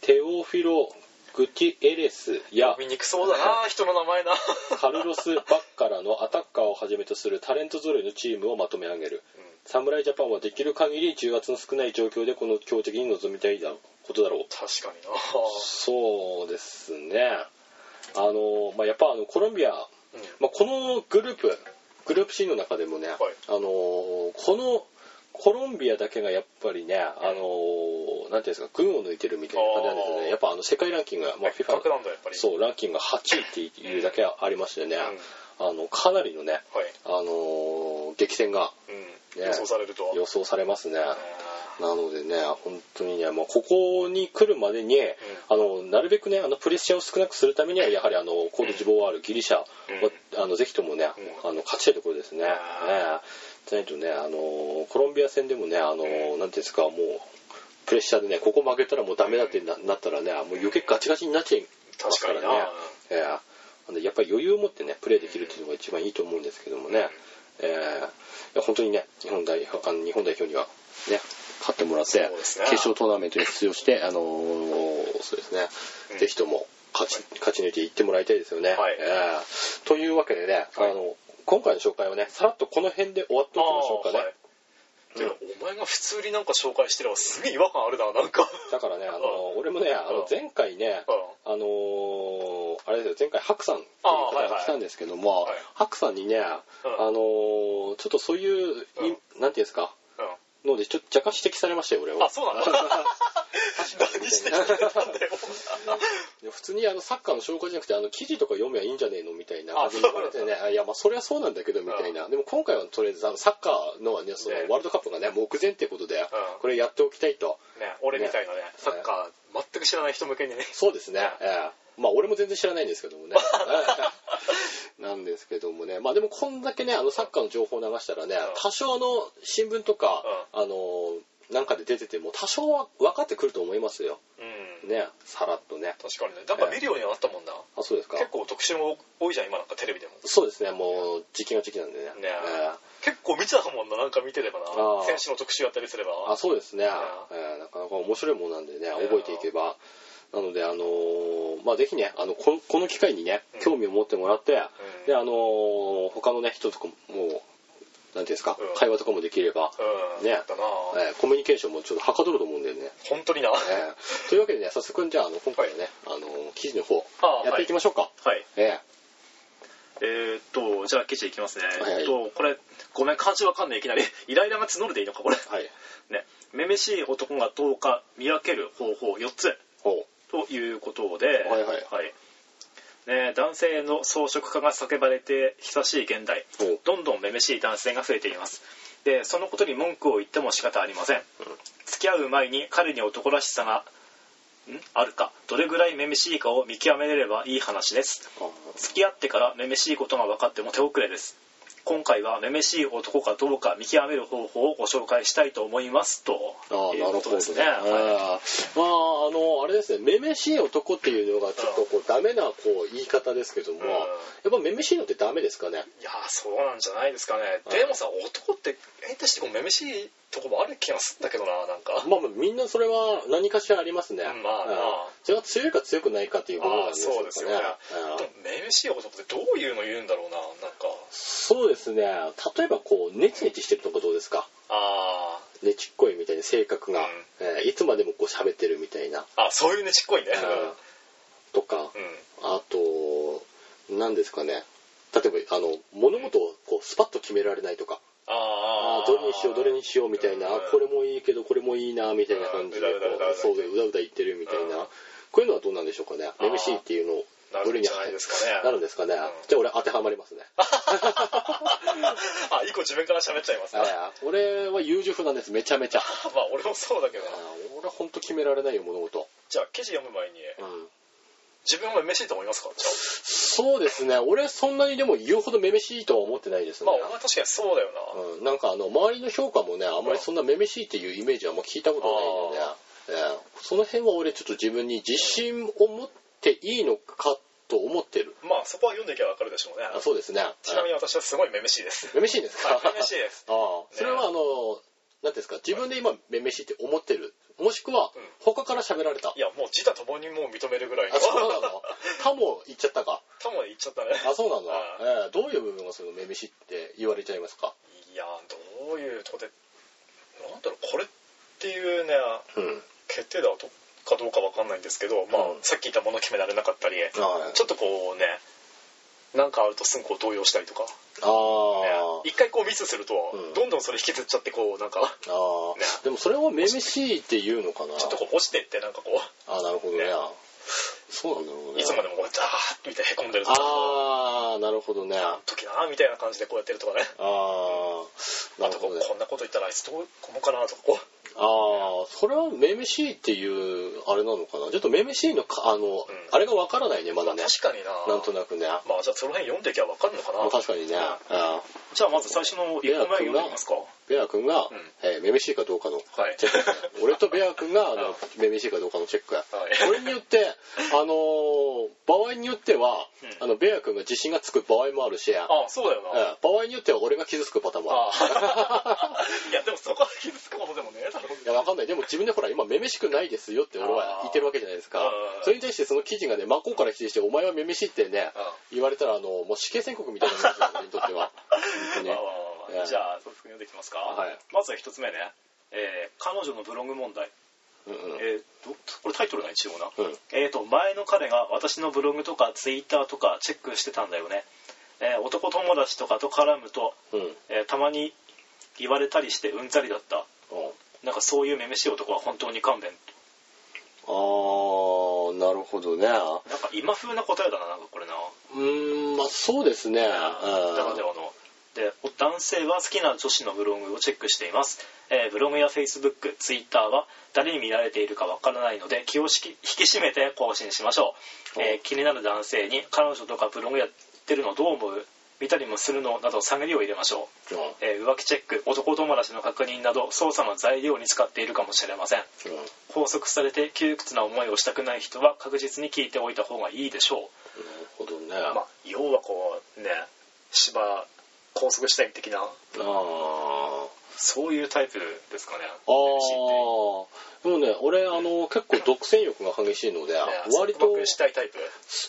テオフィロ・グティエレスやん見にくそうだな人の名前な カルロス・バッカラのアタッカーをはじめとするタレント揃いのチームをまとめ上げるうん侍ジャパンはできる限り重圧の少ない状況でこの強敵に臨みたいだろうことだろう確かになそうですね。あの、まあ、やっぱあの、コロンビア、うんまあ、このグループ、グループ C の中でもね、あの、この、コロンビアだけがやっぱりね、あの、なんていうんですか、群を抜いてるみたいな感じなんですよあね。ーやっぱあの、世界ランキングが、まあ、別格 FIFA のなんだやっぱりう、そう、ランキングが8位っていうだけありましてね、あの、かなりのね、ん、はい、あの、激戦がうんね予想されると予想されますね。あなのでね、本当にね、まあ、ここに来るまでに、あのなるべくねあのプレッシャーを少なくするためにはやはりあのコール・ジボワールギリシャは、あのぜひともね、うんあの勝ちたいところですね。うんええじゃないとねあのコロンビア戦でもねあの、うなんていうんですかもうプレッシャーでねここ負けたらもうダメだってななったらねもう余計ガチガチになっちゃいますからね確かにな。ええなんでやっぱり余裕を持ってねプレーできるっていうのが一番いいと思うんですけどもね、ええいや本当にね日本代表あの日本代表にはね勝ってもらって、そうです決ね勝トーナメントに出場して、あのーそうですね、うんぜひとも勝ち勝ち抜いていってもらいたいですよね。はいえーというわけでね、あの今回の紹介はねさらっとこの辺で終わっておきましょうかね。はいでもお前が普通になんか紹介してればすげえ違和感あるななんかだからね、あの俺もねあうんの前回ね、あのーあれですよ前回ハクさんっていう方あーはいがはい来たんですけども、はいハクさんにね、あのーちょっとそういう、いなんていうんですかうんのでちょっと若干指摘されましたよ俺うんはあ。そうなの 何してきてたんだよいや普通にあのサッカーの紹介じゃなくてあの記事とか読めばいいんじゃねえのみたいな感あじに言われて ねあいやまあそれはそうなんだけどみたいなでも今回はとりあえずあのサッカーの,、ね、そのねワールドカップがね目前ってことでこれやっておきたいとね俺みたいなねサッカー全く知らない人向けにねそうですね、ええまあ俺も全然知らないんですけど もねええなんですけどもねまあでもこんだけねあのサッカーの情報を流したらね多少あの新聞とかあのなんかで出てても多少は分かってくると思いますようんねさらっとね確かにねなんか見るようにはなったもんなあそうですか結構特集も多いじゃん今なんかテレビでもそうですね、もう時期が時期なんでね。ねえー結構見てたもんななんか見てればなあー選手の特集やったりすればあそうですね、ええーなかなか面白いものなんでね、え覚えていけば。なので、あのーまあ、ぜひね、あのこ、この機会にねうん、興味を持ってもらって、うんで、あのー他のね、人とかも、もうなんていうんですか、うん会話とかもできれば、うんねだなえーコミュニケーションもちょっとはかどると思うんだよね。本当になえーというわけでね、早速、じゃあ、あの今回のね、あのー記事の方 あ、ーやっていきましょうか。はいええーっと、じゃあ記事いきますね。はいはいえっと、これ、ごめん、漢字わかんない、いきなり。 イライラが募るでいいのか、これ。 ーはい。ね。めめしい男がどうか見分ける方法4つほということで、はいはいね、男性の装飾化が叫ばれて久しい現代う。ほう。どんどんめめしい男性が増えていますでそのことに文句を言っても仕方ありません、付き合う前に彼に男らしさがんあるかどれぐらいめめしいかを見極めれればいい話ですあ付き合ってからめめしいことが分かっても手遅れです今回はめめしい男かどうか見極める方法をご紹介したいと思いますとああ、いうなるこほどとでねす。ね。ああはいまあ、あの、あれですね、めめしい男っていうのが、ちょっとこう、ダメな、こう、言い方ですけども、うんやっぱめめしいのってダメですかね。いやーそうなんじゃないですかね、はいでもさ男って変態してこうめめしいとこもある気がするんだけどななんか、まあ、まあみんなそれは何かしらありますね。うんまあまあうんそれが強いか強くないかっていうものなあんあですそうですよねうんでもめめしい男ってどういうの言うんだろうななんかそうですね。例えば、こう、ネチネチしてるとこどうですかあネチっこいみたいな性格が、うんえーいつまでもこう喋ってるみたいな、ーあそういうねちっこいねうんとか、うん、あと、何ですかね。例えば、あの、物事をこうスパッと決められないとか、あああーどれにしよう、どれにしようみたいな、うんあこれもいいけど、これもいいな、みたいな感じで、うんうだうだうだうだこうそうで、うだうだ言ってるみたいうんな。こういうのはどうなんでしょうかね。ー MC っていうのを、などれるんにじ当ゃなていですかねなるんですかね。じゃあ俺当てはまりますね。 あ一個自分から喋っちゃいますね、 まあー俺は優柔不断です、めちゃめちゃ。ああ俺もそうだけどなー俺はほんと決められないよ、物事。じゃあ記事読む前にうん自分はめめしいと思いますかじゃそうですね。俺そんなにでも言うほどめめしいとは思ってないですあねまあ。俺は確かにそうだよな、うん、なんかあの、周りの評価もね、あんまりそんなめめしいっていうイメージはあんま聞いたことないので、えーその辺は俺ちょっと自分に自信を持っていいのかと思ってる。まあそこは読んでいけばわかるでしょうねあそうですね。ちなみに私はすごいめめしいですめめしいんですかめめしいです ああ、それはあの、なんていうんですか、自分で今めめしいって思ってる。もしくはうん、他から喋られた。いやもう自他ともにもう認めるぐらいのあ、そう なのとかも言っちゃったか。も言っちゃったねあ、そうなの、うえーどういう部分がそのめめしいって言われちゃいますかいやどういうとこでなんだろうこれっていうねうん。決定打はどかどうかわかんないんですけど、まあうんさっき言ったもの決められなかったりちはいょっとこうねなんかあるとすぐこう動揺したりとか、ねあー一回こうミスすると、うんどんどんそれ引きずっちゃってこうなんかあーでもそれをめめしいって言うのかなちょっとこう落ちてってなんかこうあーなるほどねねそうなんだろうねいつまでもこうダーッみたいなへこんでるとかああなるほどねあ時なみたいな感じでこうやってるとかねあーなあるとこうほどねこんなこと言ったらあいつどう思うかなとかこうああそれはめめしいっていうあれなのかなちょっとめめしいのかあの、あれがわからないねまだね確かにななんとなくね、まあじゃあその辺読んでいけば分かるのかまあな確かにね、うんじゃあまず最初の1個前読んでみますか。ベア君が、んえーめめしいかどうかのはいチェック、俺とベア君があのめめしいかどうかのチェック、これによって、あのー場合によっては、うんあのベア君が自信がつく場合もあるし、あそうだようんな、場合によっては俺が傷つくパターンも ある。いやでもそこは傷つくほどでもねえだろういや、わかんない。でも自分でほら、今、めめしくないですよって俺は言ってるわけじゃないですかあー。それに対してその記事がね、真っ向から否定して、お前はめめしいってね、言われたら、あの、もう死刑宣告みたいなもんですよ、俺にとっては。本当に。まあはまあまあじゃあ早速読んでいきますか。はいまずは1つ目ね、えー彼女のブログ問題。うんうんえーどこれタイトルが一応な。うんえー、と前の彼が私のブログとかツイッターとかチェックしてたんだよね、えー男友達とかと絡むと、うん。えーたまに言われたりしてうんざりだったなんかそういうめめしい男は本当に勘弁あー、なるほどね。なんか今風な答えだななんかこれな、うーん、まあそうですね。うんだからであので男性は好きな女子のブログをチェックしています、えーブログやフェイスブックツイッターは誰に見られているかわからないので気を引き引き締めて更新しましょう、えー気になる男性に彼女とかブログやってるのどう思う見たりもするのなど探りを入れましょう、うえー浮気チェック男友達の確認など捜査の材料に使っているかもしれませんうん拘束されて窮屈な思いをしたくない人は確実に聞いておいた方がいいでしょうなるほどね。まあ要はこうね芝拘束したい的なあー。そういうタイプですかねあー。でもね、俺、あの、結構独占欲が激しいので、割割とと、したいタイプ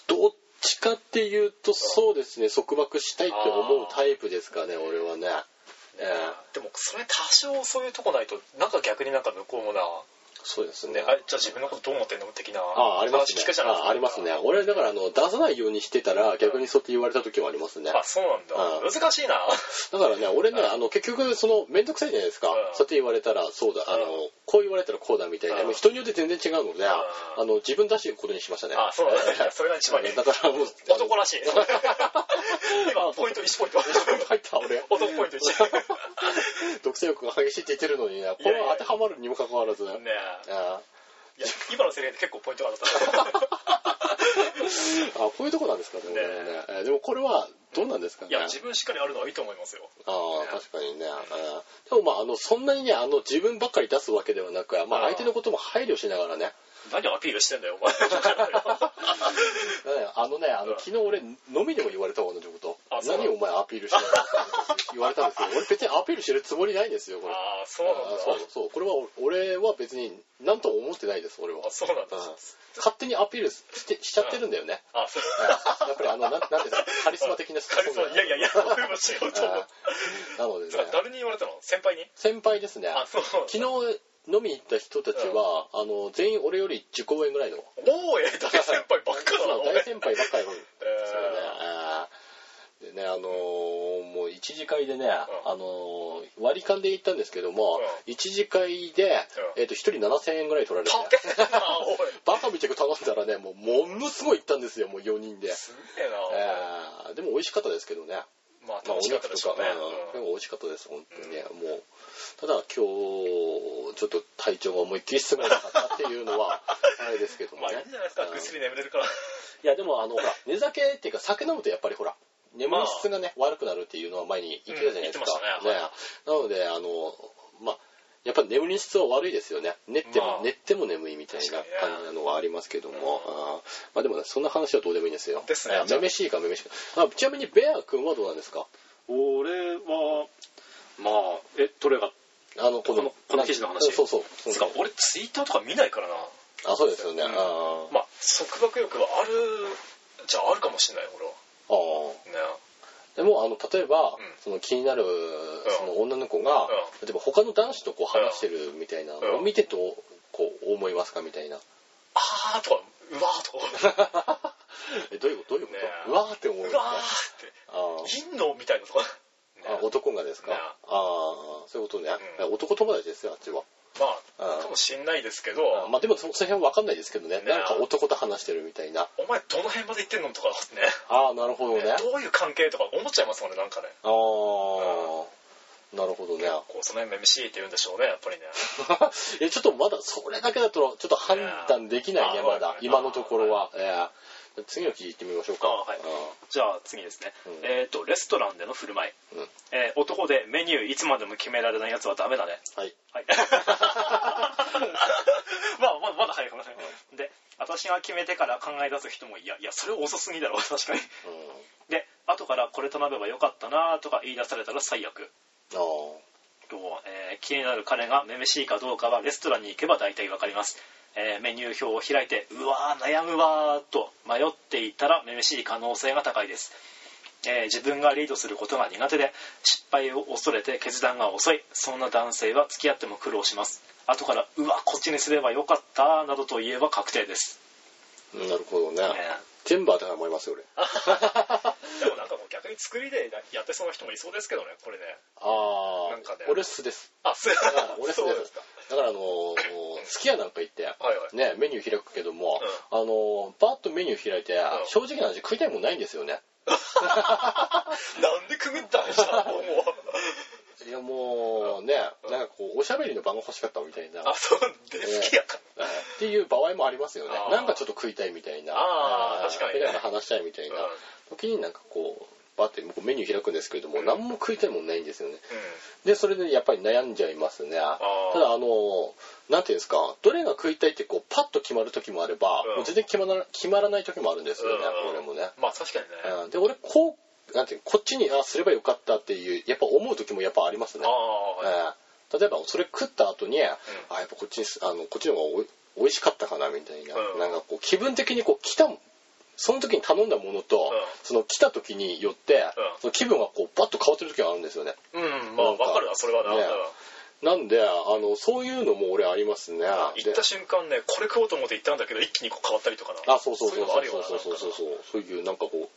どっちかっていうと、そうですね、束縛したいって思うタイプですかね、俺はね。ええでもそれ多少そういうとこないとなんか逆になんか向こうもな、そうですねね、。あじゃあ自分のことどう思ってんの的なあ、ありますね話聞くじゃないですかあありますね。俺、だから、あの、出さないようにしてたら、逆にそうやって言われた時はありますね。あそうなんだうん難しいなだからね、俺ね、あの、結局、その、めんどくさいじゃないですか。うんそうやって言われたら、そうだ、あの、こう言われたらこうだみたいな。うんもう人によって全然違うので、あの、自分出していくことにしましたね。あそう なんだそれが一番いいだからもう、男らしい 今ポイント1ポイント入った、俺。男ポイント1 独占欲が激しいって言ってるのにね、これは当てはまるにもかかわら ず。ねえあいや今のセリフで結構ポイントがあった あこういうとこなんですかね俺はねえーでもこれはどうなんですかねいや自分しっかりあるのはいいと思いますよああ確かにね、うんでもまああのそんなにねあの自分ばっかり出すわけではなく、まあ、うん相手のことも配慮しながらね何アピールしてんだよお 前ねあのねあのうん昨日俺飲みでも言われた同じことあそう何お前アピールしてる言われたんで すよ俺別にアピールしてるつもりないんですよこれああそうなんだあそうそうこれは俺は別に何とも思ってないです俺はあそうなんだうん勝手にアピールしてしちゃってるんだよね、あそううんやっぱりあのなんなんていうんですか カリスマ的なカリスマいやいやいや俺も違うと思ううんなのでねそれ誰に言われたの先輩に先輩ですねあそう昨日飲みに行った人たちは、あの全員俺より10個上ぐらいのおおえ大先輩ばっかだなお前大先輩ばっかりなんですよねえーあー。でね、あのーもう一次会でね、あのー割り勘で行ったんですけども、う一次会で、うんえっ、と、一人7000円ぐらい取られて、高えな おいバカみたく頼んだらね、もう、ものすごい行ったんですよ、もう4人で。すげえなおいえーでも美味しかったですけどね。まあまあ、お楽しかった肉でとしかょうね、うんでうんも美味しかったです、本当にね。もう、ただ今日、ちょっと体調が思いっきり進まなかったっていうの は、あれですけどまもあいねいん。じゃないですかぐっすり眠れるからいやでもあのほら 寝酒っていうか酒飲むとやっぱりほら眠り質がね、悪くなるっていうのは前に言ってたじゃないですか、うん言ってまなのであのまあやっぱり眠り質は悪いですよね寝ても、まあ寝ても眠いみたいな確かにね感じなのはありますけども、うんあーまあでもねそんな話はどうでもいいんですよですねあめめしいかめめしいかあちなみにベア君はどうなんですか俺はまあえどれがあのこのこの記事の話そうそうそうつうか俺ツイッターとか見ないからなあそうですよね、うんあーあまあ束縛欲はあるじゃああるかもしれない俺はねーでもあの例えば、んその気になるその女の子が、例えば他の男子とこう話してるみたいなのをうん見てどうこう思いますかみたいなあーとかうわーとかえどういうことどういうこねえとうわーって思うんでうすねわーってあー陰のみたいなとかねあ男がですか、ねえああそういうことね、男友達ですよあっちはまうんあかもしんないですけどあまあでもそその辺は分かんないですけどねねえなんか男と話してるみたいなお前どの辺まで行ってんのとかねああなるほどねあどういう関係とか思っちゃいますもんねなんかねあーなるほどねこうその辺めめしいって言うんでしょうねやっぱりね えちょっとまだそれだけだとちょっと判断できないねいやーまだあー今のところは、えー次の記事行ってみましょうかあーはいじゃあ次ですね、うんえっ、とレストランでの振る舞い、うんえー男でメニューいつまでも決められないやつはダメだねうんはいはい まあまだまだ早いかもしれないで私が決めてから考え出す人もいやいやそれ遅すぎだろ確かにうんで後からこれ頼めばよかったなとか言い出されたら最悪ああと、えー気になる彼がめめしいかどうかはレストランに行けば大体わかります、えーメニュー表を開いてうわー悩むわーと迷っていたらめめしい可能性が高いです、えー自分がリードすることが苦手で失敗を恐れて決断が遅いそんな男性は付き合っても苦労します後からうわこっちにすればよかったなどと言えば確定です、うんなるほどね。ね全部当てはまりますよ、俺。あでもなんかもう逆に作りでやってそうな人もいそうですけどねこれねあなんかね俺素です。あ そうあ俺素そうでですすか。だから、あのー、すき家なんか行って、はいはいね、メニュー開くけども、あのー、バーッとメニュー開いて、ん正直な話食いたいもんないんですよね。なんでくぐったんじゃんもういや、もう、ね、うんなんかこう、おしゃべりの場が欲しかったみたいな。あそうで好きやからはいっていう場合もありますよねあ。ーなんかちょっと食いたいみたいな。あー確かにねみたいな話したいみたいな。時になんかこう、バーッて僕メニュー開くんですけども、うん何も食いたいもんないんですよね。うでそれでやっぱり悩んじゃいますねーただあのなんていうんですかどれが食いたいってこうパッと決まる時もあれば、うんもう全然決まら決まらない時もあるんですよね、ん俺もね、まあ確かにねうん、で俺こうなんていうのこっちにあすればよかったっていうやっぱ思う時もやっぱありますねあ、あはいうん例えばそれ食った後に、あやっぱこっちにすあのこっちの方がおい美味しかったかなみたいな、うんなんかこう気分的にこう来たその時に頼んだものと、その来た時によって、うんその気分がこうバッと変わってる時があるんですよねうんまあわかるなそれはなねうんなんで、あの、そういうのも俺ありますね。行った瞬間ねこれ食おうと思って行ったんだけど一気にこう変わったりとかなであ、そうそういそうのがそあうるよそうなそうそうそうそういうなんかこう、ね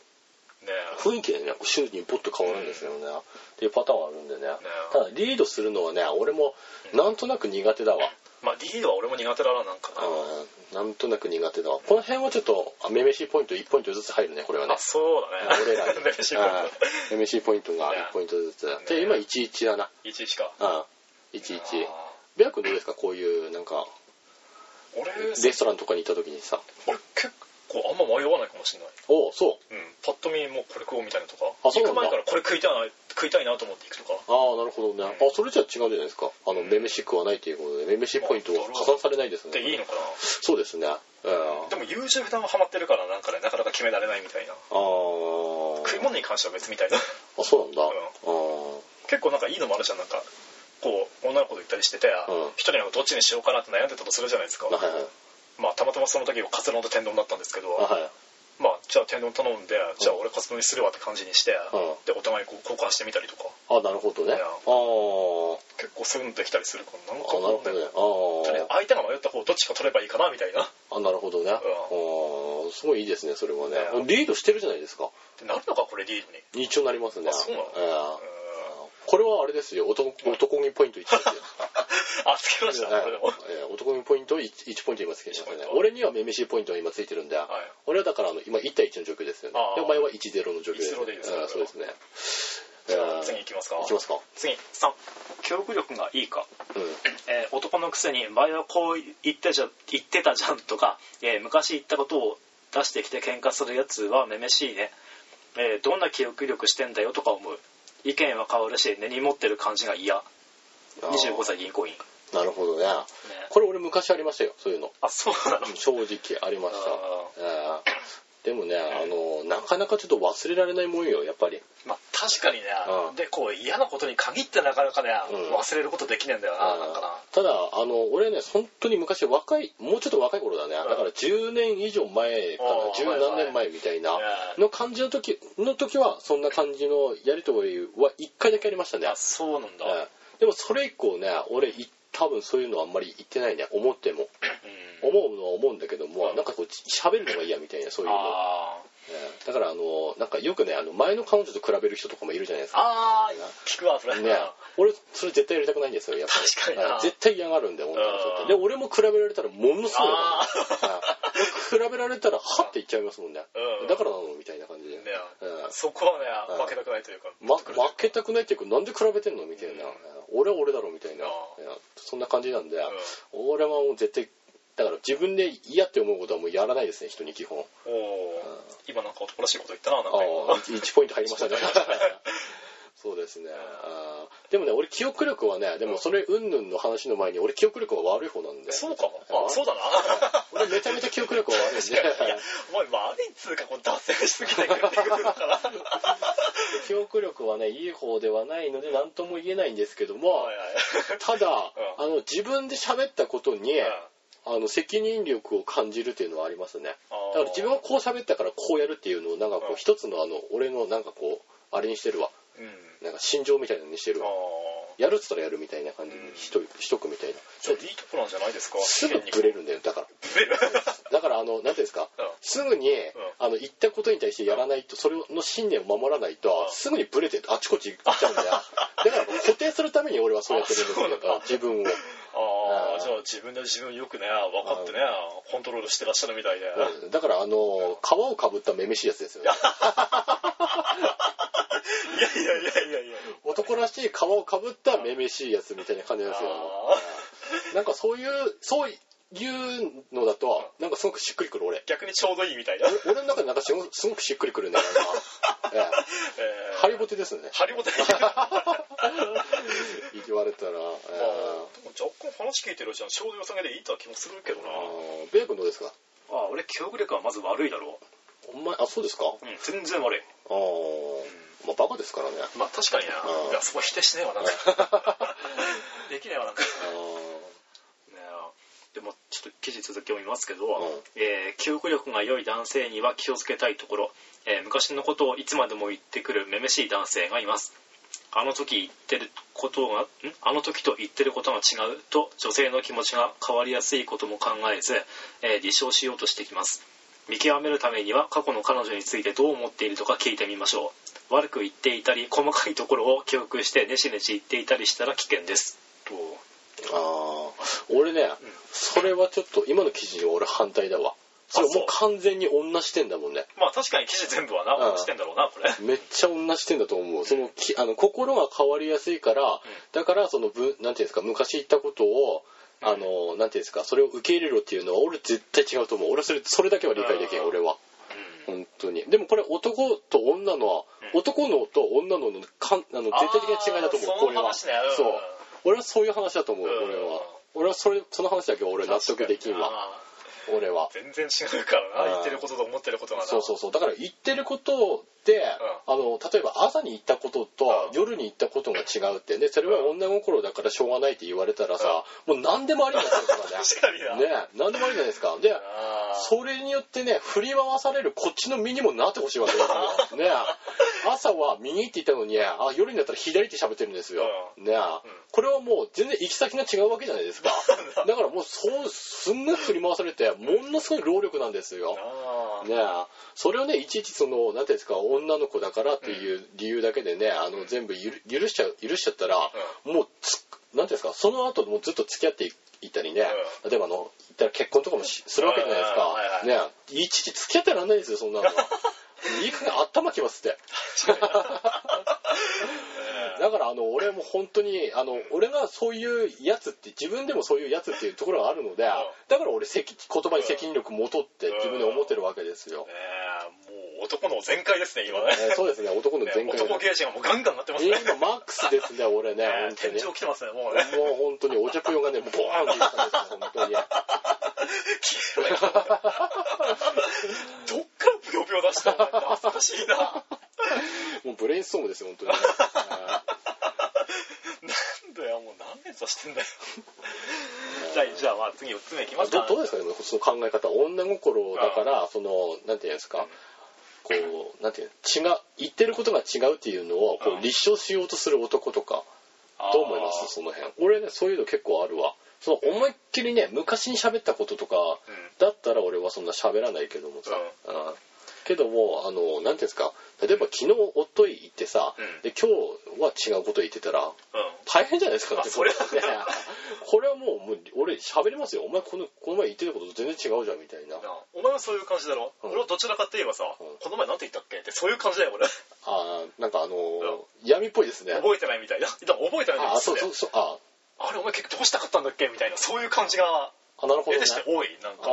雰囲気でね、瞬時にポッと変わるんですよね。っていうパターンはあるんでね。ただ、リードするのはね、俺もなんとなく苦手だわ。まあ D は俺も苦手だななんかなうんなんとなく苦手だわ。この辺はちょっと、あめめしいポイント1ポイントずつ入るね、これはねあ。そうだね俺 らに。ね仕事うん MC ポイントがね1ポイントずつ。で、今11だな。いちいちかうん。11。ベア君どうですかこういう、なんか、俺レストランとかに行った時にさ。俺結構あんま迷わないかもしれないおうそう。うんパッと見もうこれ食おうみたいなとかあそう行なくんだ前からこれ食いたいな食いたいなと思って行くとかああなるほどね、あそれじゃ違うじゃないですかあのめめし食わないということでめめしポイントは加算されないですねでいいのかそうですね、うん、なでも YouTube でもハマってるからなんかねなかなか決められないみたいなあー食い物に関しては別みたいなあそうなんだ、うんあー結構なんかいいのもあるじゃんなんかこう女の子と行ったりしててうん一、人のどっちにしようかなって悩んでたとするじゃないですか、あはいはいまあたまたまその時はカツ丼と天丼だったんですけど、あはいまあじゃあ天丼頼んでじゃあ俺カツ丼にするわって感じにして、うんでお互いこう交換してみたりとかあなるほどねいあやー結構そういうのできたりするからなんあかなるほどねとりあえずあ相手が迷った方どっちか取ればいいかなみたいなっーあなるほどねあーすごいいいですねそれはねうんリードしてるじゃないですかてなるのかこれリードに一応なりますねあそうなのえーうんこれはあれですよ男男気ポイント1 あつけましたねこれもえー男気ポイント 1, ポイント今つけて一ますポイねント俺にはめめしいポイントが今ついてるんで、俺はだからあの今1対1の状況ですよねあーでお前は1-0の状況1-0でいいですねねあーそうですねじゃあえー次行きますかいきますか次3教育力がいいか、うんえー男のくせに前はこう言ってじゃ言ってたじゃんとか、えー昔言ったことを出してきて喧嘩するやつはめめしいね、えーどんな記憶力してんだよとか思う意見は変わるし根に持ってる感じが嫌あー25歳銀行員、ね、なるほどねこれ俺昔ありましたよそういうのあそうなの正直ありましたえーでもねあのなかなかちょっと忘れられないもんよやっぱり まあ確かにねうんでこう嫌なことに限ってなかなかねうん忘れることできねえんだよななんかなただあの俺ね本当に昔若いもうちょっと若い頃だね、うんだから10年以上前かあなあ十はいはい何年前みたいなねの感じの時の時はそんな感じのやり取りは1回だけありましたねあ、そうなんだええでもそれ以降ね俺い多分そういうのあんまり言ってないね思ってもうん思うのは思うんだけども、うんなんかこう喋るのが嫌みたいなそういうの、あええだからあのなんかよくねあの前の彼女と比べる人とかもいるじゃないですーかあー聞くわそれね、俺それ絶対やりたくないんですよやっぱ確かになはい絶対嫌がるんで女の人うっんてで俺も比べられたらものすごい嫌あだはい俺比べられたらはって言っちゃいますもんねうんだからなのみたいな感じで、ねうんそこはうんね負けたくないというかま、負けたくないっていうかなんで比べてんのみたいな、うん俺は俺だろみたいな、あいやそんな感じなんで、ん俺はもう絶対だから自分で嫌って思うことはもうやらないですね人に基本おおうん今なんか男らしいこと言ったななんあか今あ1ポイント入りましたね そうですねあーでもね俺記憶力はねでもそれ云々の話の前に俺記憶力は悪い方なんで そうかうんあそうだな 俺めちゃめちゃ記憶力は悪いん でいやお前悪いっつうかこう脱線しすぎてくれてるのかな記憶力はねいい方ではないので何とも言えないんですけども、はいはいただ、あの自分で喋ったことに、うんあの責任力を感じるっていうのはありますねだから自分はこう喋ったからこうやるっていうのをなんかこううん一つのあの俺のなんかこうあれにしてるわうんなんか心情みたいなのにしてるあわあやるっつったらやるみたいな感じにしとしとくみたいなちょっといいとこなんじゃないですかすぐブレるんだよだからブレる だからあの何ていうんですかすぐにあの言ったことに対してやらないとそれの信念を守らないとうんすぐにブレてあちこち行っちゃう んだよだから固定するために俺はそうやってるんですよあそうなんだだから自分を。あうんあじゃあ自分で自分をよくね分かってねコントロールしてらっしゃるみたいでうんだからあの皮をかぶっためめしいやつですよねいやいやいやいやいや男らしい皮をかぶっためめしいやつみたいな感じなんですよあなんかそういうそういうのだとなんかすごくしっくりくる俺逆にちょうどいいみたいなえ俺の中でなんかしごすごくしっくりくるんだよな、ええーハリボテです ねハリボテあ言われたら、えーでも若干話聞いてるうちはちょうど良さげでいいとは気もするけどなえあーベイ君どうですかあ俺記憶力はまず悪いだろお前あそうですかあう、うん、全然悪いあまあバカですからねまあ確かにうないんやそこ否定しねえわなんか できねえわなんかああねえでもちょっと記事続きを見ますけど、んえー記憶力が良い男性には気をつけたいところ、えー昔のことをいつまでも言ってくるめめしい男性がいますあの時言ってることがんあの時と言ってることが違うと女性の気持ちが変わりやすいことも考えず、えー立証しようとしてきます見極めるためには過去の彼女についてどう思っているとか聞いてみましょう悪く言っていたり細かいところを記憶してネシネシ言っていたりしたら危険ですとあー俺ね、それはちょっと今の記事に俺反対だわそれもう完全に女視点だもんねまあ確かに記事全部はうんなしてんだろうなこれめっちゃ同じ点だと思うそのきあの心が変わりやすいから、だからそのぶなんていうんですか昔言ったことをあのなんていうんですかそれを受け入れろっていうのは俺絶対違うと思う俺それそれだけは理解できんあー俺は本当にでもこれ男男と女の、うん男のと女ののかんあの絶対的な違いだと思うあーこれはその話ねうんそう俺はそういう話だと思う、うん俺は俺はそれその話だけは俺納得できんわあ俺はー全然違うからうんな言ってることと思ってることがなそうそうそうだから言ってることで、あの例えば朝に行ったこととうん夜に行ったことが違うってねそれは女心だからしょうがないって言われたらさ、もう何でもありなんですよだからね確かにな、 ね何でもありじゃないですかであーそれによってね振り回されるこっちの身にもなってほしいわけです よね朝は右って言ったのにあ夜になったら左って喋ってるんですよ、ねこれはもう全然行き先が違うわけじゃないです かだからもうそうすんごい振り回されてものすごい労力なんですよあーねえそれをねいちいちそのなんていうんですか女の子だからっていう理由だけでね、あの全部ゆる許しちゃう許しちゃったら、もうつなんていうんですかその後もずっと付き合っていったりね、例えばあの言ったら結婚とかもしするわけじゃないですか、うんはいねえいちいち付き合ってらんないですよそんな のいい加減頭きますってだからあの俺も本当にあの俺がそういうやつって自分でもそういうやつっていうところがあるのでだから俺責言葉に責任力持とうって自分で思ってるわけですよね、えもう男の全開ですね今ねえーそうですね男のね全開男ゲージがもうガンガンなってますね今マックスですね俺 ねね本当天に井来てますねもうねもう本当にお茶ぷよがねボーンっていったんですよ本 当に黄色いどっからぷよぷよ出したの懐かしいなもうブレインストームです よ本当に、ねなんだよもう何年さしてんだよじゃあじゃあまあ次4つ目いきえーますかどどうですかでもその考え方女心だからそのなんていうんですかこうなんていうの違う言ってることが違うっていうのをこうんう立証しようとする男とかあーどう思いますその辺俺ねそういうの結構あるわその思いっきりね昔に喋ったこととかうんだったら俺はそんな喋らないけどもさ、ううんけどもあのなんていうんですか例えば昨日おっとい行ってさ、うんで今日は違うこと言ってたらうん大変じ ゃないですかだってあそれはこれねこれはもうもう俺喋りますよお前このこの前言ってたことと全然違うじゃんみたいななあお前はそういう感じだろ、うん俺はどちらかといえばさ、んこの前なんて言ったっけってそういう感じだよ俺あーなんかあのー闇っぽいですね覚えてないみたいなでも覚えてないみたいあなあそうそうそうああれお前結局どうしたかったんだっけみたいなそういう感じがあなるほど出ねてして多いなんあかあ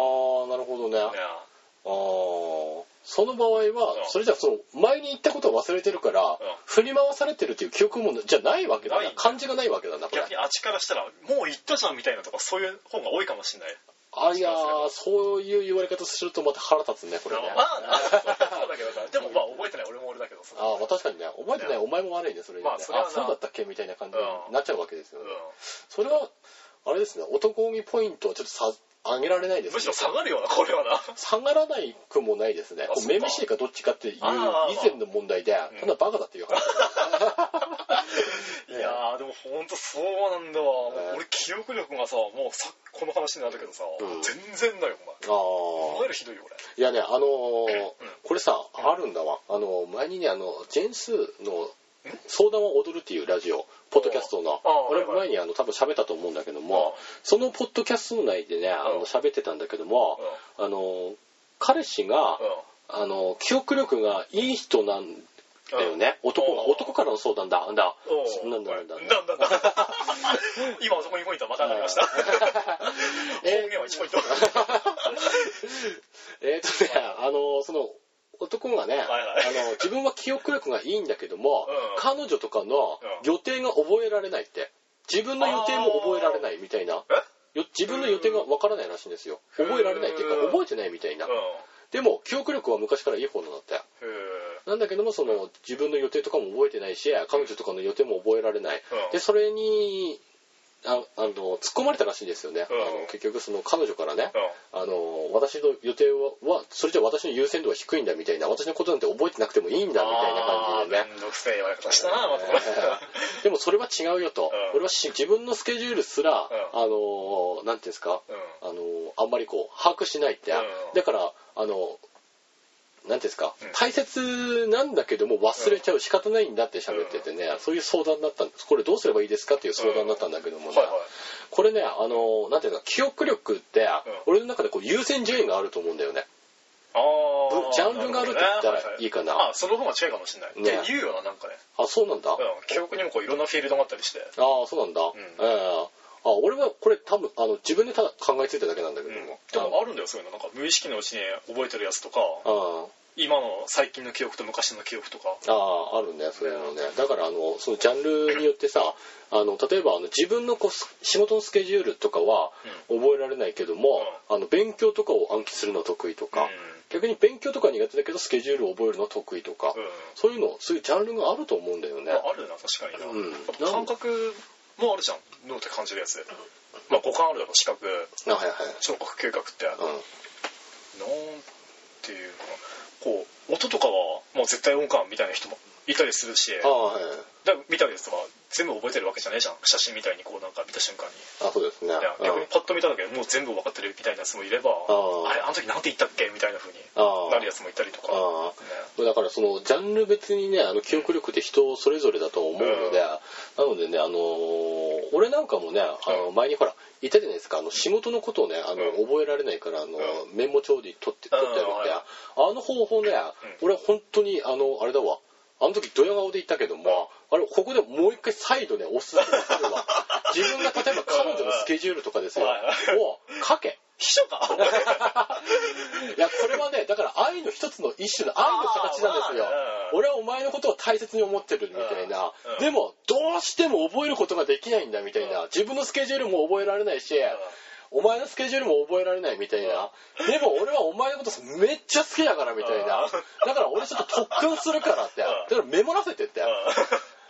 なるほどねねあーその場合はうんそれじゃあその前に言ったことを忘れてるから振り回されてるっていう記憶もじゃないわけだないなね感じがないわけだなこれ逆にあっちからしたらもう言ったじゃんみたいなとかそういう方が多いかもしれないあいやーそういう言われ方するとまた腹立つねこれねまあまあそうだけど さでもまあ覚えてない俺も俺だけどさ、あーまあ確かにね覚えてないお前も悪いねそれにねあまあそれはなそうだったっけみたいな感じうんになっちゃうわけですようねんそれはあれですね男気ポイントはちょっとさ上げられないですむねしろ下がるよなこれはな下がらないくもないですねあこそううかめめしいかどっちかっていう以あーあー前の問題でうんこんなバカだって いう話いやーでもほんとそうなんだわ、ね俺記憶力がさもうさこの話になるけどさ、うん全然ないよお前ああお前よりひどいよ俺いやね、あのーこれさ、あるんだわ。あのー前にね、あの、ジェンスの相談は踊るっていうラジオ、ポッドキャストのああ、俺はいはい前にあの、多分喋ったと思うんだけども、そのポッドキャスト内でね、あうんの、喋ってたんだけども、あのー彼氏が、あのー記憶力がいい人なんだよね。男が、うん男からの相談だ、なんだ、おうなんだなんだ。なんだなんだ今そこにポイントまた上がりました え方言は1ポイントえーとね、あのその男がね、はいあの自分は記憶力がいいんだけども、うん彼女とかのうん予定が覚えられないって自分の予定も覚えられないみたいなよ自分の予定がわからないらしいんですようん覚えられないっていうか覚えてないみたいなでも記憶力は昔からいい方なんだってうんへなんだけどもその自分の予定とかも覚えてないし彼女とかの予定も覚えられない、うんでそれにああの突っ込まれたらしいんですよね、うんあの結局その彼女からね、えうんあの私の予定ははそれじゃ私の優先度は低いんだみたいな私のことなんて覚えてなくてもいいんだみたいな感じであーねめんどくせえ言われ方したなまたこれでもそれは違うよと、うん俺はし自分のスケジュールすら、うんあのなんていうんですか、うんあのあんまりこう把握しないって、うんだからあのなんていうんですか、うん大切なんだけども忘れちゃう仕方ないんだって喋っててね、そういう相談だったんですこれどうすればいいですかっていう相談だったんだけどもね、はいはいこれねあのなんていうか記憶力って、俺の中でこう優先順位があると思うんだよねあージャンルがあるって言ったらなほどねいいかなははあその方が近いかもしれない、ねね、言うよななんかね、あそうなんだ、うあん、記憶にもこういろんなフィールドがあったりしてあそうなんだ、んええあ俺はこれ多分あの自分でただ考えついただけなんだけどうんも、でもあるんだよそういうのなんか無意識のうちに覚えてるやつとかああ今の最近の記憶と昔の記憶とかあああるねそれなのねだからあのそのジャンルによってさあの例えばあの自分のこうす仕事のスケジュールとかは覚えられないけども、あの勉強とかを暗記するのは得意とか、うん逆に勉強とか苦手だけどスケジュールを覚えるのは得意とか、うんそういうのそういうジャンルがあると思うんだよね、まあ、あるな確かにな、うんやっぱ感覚もあるじゃん脳って感じるやつ、まあ五感あるだろ視覚あはいはい聴覚嗅覚って、うんなんていうかなこう音とかはもう絶対音感みたいな人もいたりするしああはいだ見たりとか全部覚えてるわけじゃねえじゃん写真みたいにこうなんか見た瞬間にあそうですいねや逆うんにパッと見ただけでもう全部分かってるみたいなやつもいればあああれあの時なんて言ったっけみたいな風にああなるやつもいたりとかああねだからそのジャンル別にねあの記憶力って人それぞれだと思うので、うんなのでねあのー俺なんかもねあの前にほら言ったじゃないですかあの仕事のことをねあの、う覚えられないからあの、うメモ帳で取って取ってあるんで、あの方法ね、う俺は本当にあのあれだわあの時ドヤ顔で言ったけども、あれここでもう一回再度ね押すだけでわかるわ自分が例えば彼女のスケジュールとかですよ、うを書け秘書 かいやこれはねだから愛の一つの一種の愛の形なんですよ、あーまあうん俺はお前のことを大切に思ってるみたいな、うんでもどうしても覚えることができないんだみたいな、うん自分のスケジュールも覚えられないし、お前のスケジュールも覚えられないみたいな、でも俺はお前のことめっちゃ好きだからみたいな、うんだから俺ちょっと特訓するからって、うだからメモらせてって、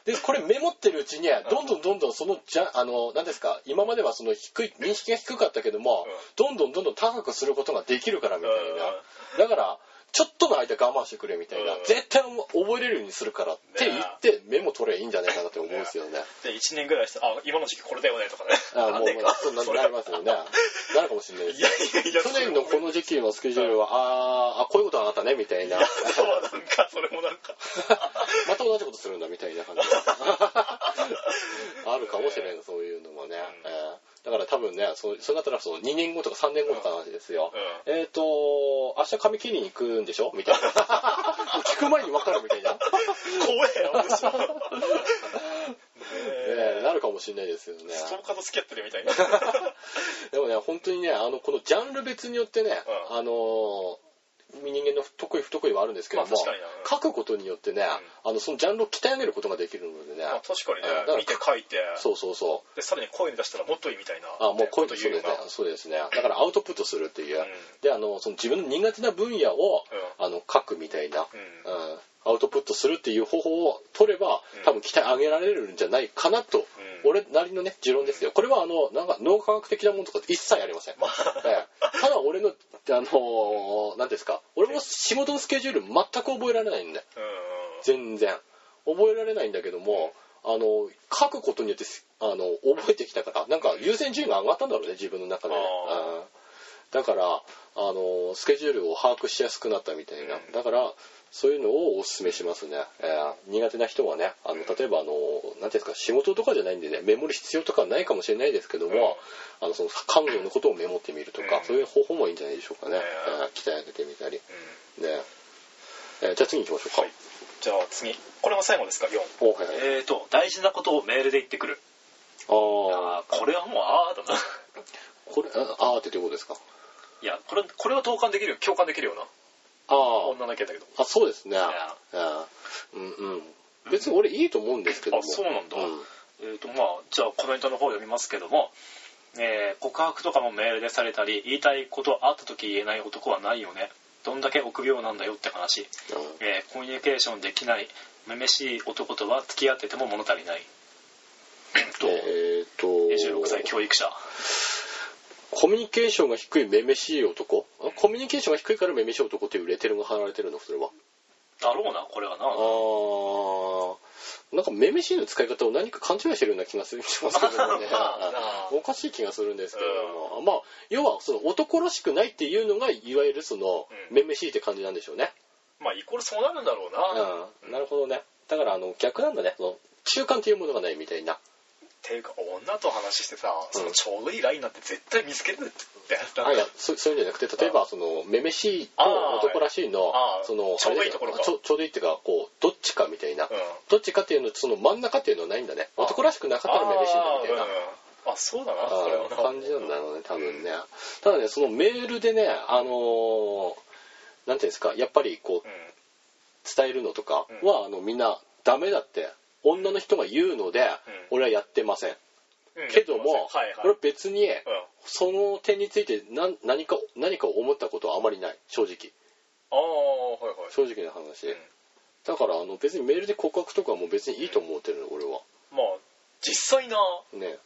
でこれメモってるうちにどんどんどんどんそのじゃあの何ですか今まではその低い認識が低かったけども、うんどんどんどんどん高くすることができるからみたいな、だからちょっとの間我慢してくれみたいな、うん絶対覚えれるようにするからって言ってメモ取ればいいんじゃないかなって思うんですよね。で1年ぐらいしてあ今の時期これだよねとかねあもう何年まあかそうなそなりますよね。なるかもしれないでいすやよ。いやいや去年のこの時期のスケジュールは、あーあ、こういうことがあったねみたいな、そうなんかそれもなんかまた同じことするんだみたいな感じ あるかもしれない、そういうのもね、うんえーだから多分ねそうそれだったらその2年後とか3年後とかの話ですよ、えっ、と明日髪切りに行くんでしょみた いな聞く前に分かるみたいな、ね怖えよむし ろねえ えなるかもしれないですよねストーカーと付き合ってるみた いなでもね本当にねあのこのジャンル別によってね、うんあのー人間の得意不得意はあるんですけども、まあ確かにな書くことによってね、あのそのジャンルを鍛え上げることができるのでね、まあ確かにねうんだから見て書いてそうそうそうでさらに声に出したらもっといいみたいなあもうこういうと言のそううようですねなそうですねだからアウトプットするっていう、うんであのその自分の苦手な分野を、あの書くみたいな、うんうんアウトプットするっていう方法を取ればうん多分鍛え上げられるんじゃないかなと、うん俺なりのね持論ですよこれはあのなんか脳科学的なものとか一切ありません、ええただ俺のあのーなんですか俺も仕事のスケジュール全く覚えられないんでうんうん全然覚えられないんだけどもあの書くことによってすあの覚えてきたからなんか優先順位が上がったんだろうね自分の中でね、あうんだからあのスケジュールを把握しやすくなったみたいな、うんだからそういうのをおすすめしますね、えー苦手な人はねあの例えばあの何ていうんですか仕事とかじゃないんでねメモる必要とかはないかもしれないですけども、あのその彼女のことをメモってみるとか、うんそういう方法もいいんじゃないでしょうかね、ねえー鍛え上げてみたりね、うえーじゃあ次に行きましょうか、はいじゃあ次これも最後ですか4おはいはいえーと大事なことをメールで言ってくるあああーこれはもうああだなこれああーってどういうことですかいやこれこれは同感できるよ共感できるよなあー女だけだけどあそうですねやうんうん別に俺いいと思うんですけどもあそうなんだうんえーとまあ、じゃあコメントの方を読みますけども、えー告白とかもメールでされたり言いたいことあった時言えない男はないよねどんだけ臆病なんだよって話、えーコミュニケーションできないめめしい男とは付き合ってても物足りないと、えーっと26歳教育者コミュニケーションが低いめめしい男あコミュニケーションが低いからめめしい男っていうレテルが貼られてるのそれはだろうなこれはなあーなんかめめしいの使い方を何か勘違いしてるような気がするしますけど もねおかしい気がするんですけれども、まあ要はその男らしくないっていうのがいわゆるそのうんめめしいって感じなんでしょうねまあイコールそうなるんだろうなっうんなるほどねだからあの逆なんだねその中間っていうものがないみたいなていうか女と話してさうんそのちょうどいいラインなんて絶対見つけるってあいやなんかそそういうんじゃなくて例えばそのめめしいとあー男らしいのあーそのちょうどいいところかちょちょうどいいっていうかこうどっちかみたいな、うんどっちかっていうのその真ん中っていうのはないんだね男らしくなかったらめめしいんだみたいなあーうんあそうだなそれはあなー感じなんだろうね多分ね、ただねそのメールでねあのーなんていうんですかやっぱりこう伝えるのとかは、あのみんなダメだって女の人が言うので、俺はやってません、うんけども、はいはい、俺は別にうんその点について何何か何かを思ったことはあまりない正直ああはいはい正直な話、うんだからあの別にメールで告白とかはもう別にいいと思ってるの俺はまあ実際なね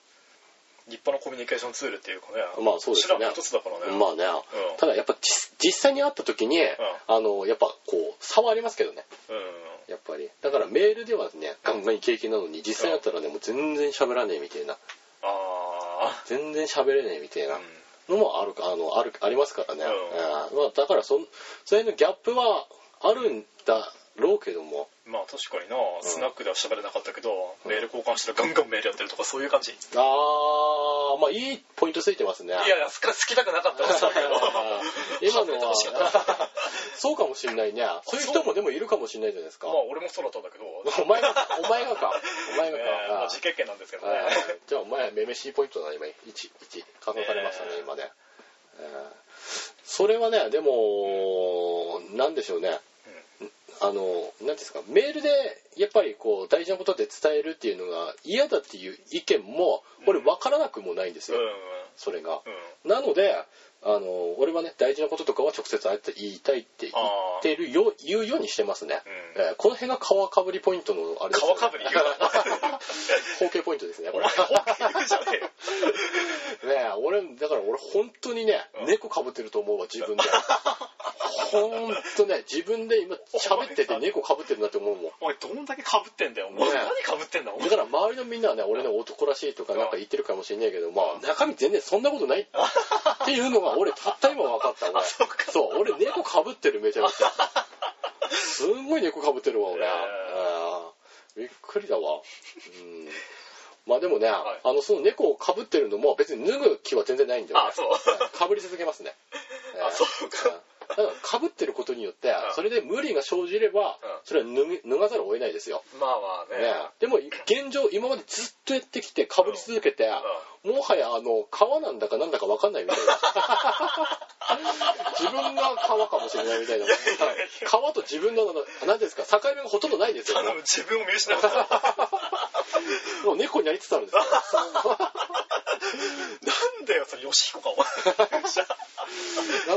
立派なコミュニケーションツールっていうかねまあそうですね手段の一つだからねまあね、うんただやっぱ実実際に会った時に、あのやっぱこう差はありますけどねうやっぱりだからメールではねガンガンイケイケなのに実際だったらねもう全然喋らねえみたいなんああ全然喋れねえみたいな、うんのもあるかあのあるありますからね、うんうんまあ、だからそんそれのギャップはあるんだろうけどもまあ確かになスナックでは喋れなかったけど、メール交換したらガンガンメールやってるとかそういう感じ、あーまあいいポイントついてますねいやいや好か好きたくなか ったらそうだけど今の喋はってほしかったそうかもしんないねそういう人もでもいるかもしんないじゃないですか、 まあ俺もそうだったんだけど、ねお前がお前がかお前がか、まあ、あー実験なんですけどね、はいじゃあお前めめしいポイントだな今11書かされましたね、えー今ね、えーそれはねでも、なんでしょうね、あの何ですかメールでやっぱりこう大事なことで伝えるっていうのが嫌だっていう意見も俺分からなくもないんですうんよ、それがうんなのであの俺はね大事なこととかは直接あえて言いたいって言ってるよ言うようにしてますね、うんえーこの辺が皮かぶりポイントのあれですよね皮か ぶり言うな包茎ポイントですねこお れね前本気言うじゃねえよえ俺だから俺本当にね、うん猫かぶってると思うわ自分で本当ね自分で今喋ってて猫かぶってるなって思うもんお前どんだけかぶってんだよお前ね何かぶってんだお前だから周りのみんなはね俺の男らしいとかなんか言ってるかもしれないけど、まあ中身全然そんなことないっていうのが 俺たった今分かった俺そうかそう俺猫かぶってるめちゃめち ゃすんごい猫かぶってるわ俺、へーうんびっくりだわうんまあでもね、はいあのその猫をかぶってるのも別に脱ぐ気は全然ないんだよねあそうかぶり続けますねあそうかだからかぶってることによってんそれで無理が生じればうんそれは脱ぎ脱がざるを得ないですよまあまあねね、でも現状今までずっとやってきてかぶり続けて、もはやあの皮なんだかなんだか分かんないみたい な自分が皮かもしれないみたいな皮と自分の何ですか境目がほとんどないですよあの自分を見失ったなもう猫になりつつあるんですよ んだよそれヨシヒコかお前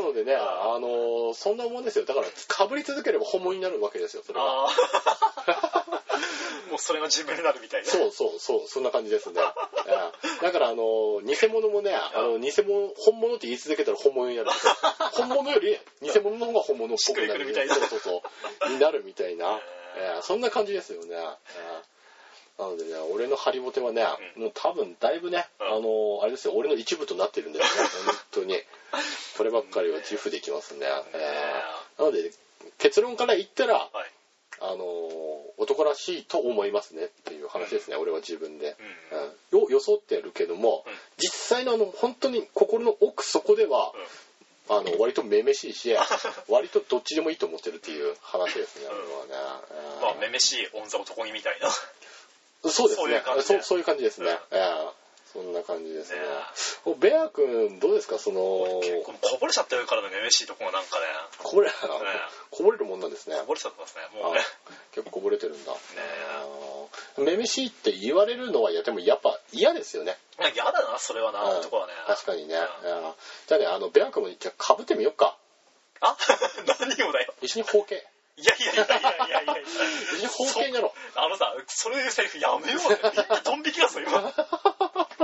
なのでねあのそんなもんですよだからかぶり続ければ本物になるわけですよそれはああ もうそれが自分になるみたいなうそうそうそうそんな感じ ですね、ええだからあの偽物もねあの偽物本物って言い続けたら本物になるんですよ 本物より偽物の方が本物っぽくなしっくりくるるみたいなそうそうそうになるみた いな、えええそんな感じですよね、ええなのでね俺のハリボテはね、もう多分だいぶね、うんあのあれですよ俺の一部となってるんですよ本当にこればっかりは自負できますね、ええなので結論から言ったら、はいあのー男らしいと思いますねっていう話ですね、俺は自分で、ううんよ装ってるけども、うん実際のあの本当に心の奥底では、あの割とめめしい し割とどっちでもいいと思ってるっていう話ですね、俺はね、うんまあめめしいオンザ男気みたいなそうですねそういう感じそねうそういう感じですね、うんええそんな感じですねねおベア君どうですかその結構こぼれちゃってるからねめめしいとこがなんかねこぼれ、こぼれるもんなんですねこぼれちゃってますねもうあね 結構こぼれてるんだあーめめしいって言われるのはやでもやっぱ嫌ですよねまあ嫌だなそれはなうん男はね確かにね、うんうんじゃあねあのベア君もじゃあかぶってみよっかあ何をだよ一緒に包茎いやいやいやいやいやいや一緒に包茎になろうあのさそれ言うセリフやめようってみんなドン引きだぞ 今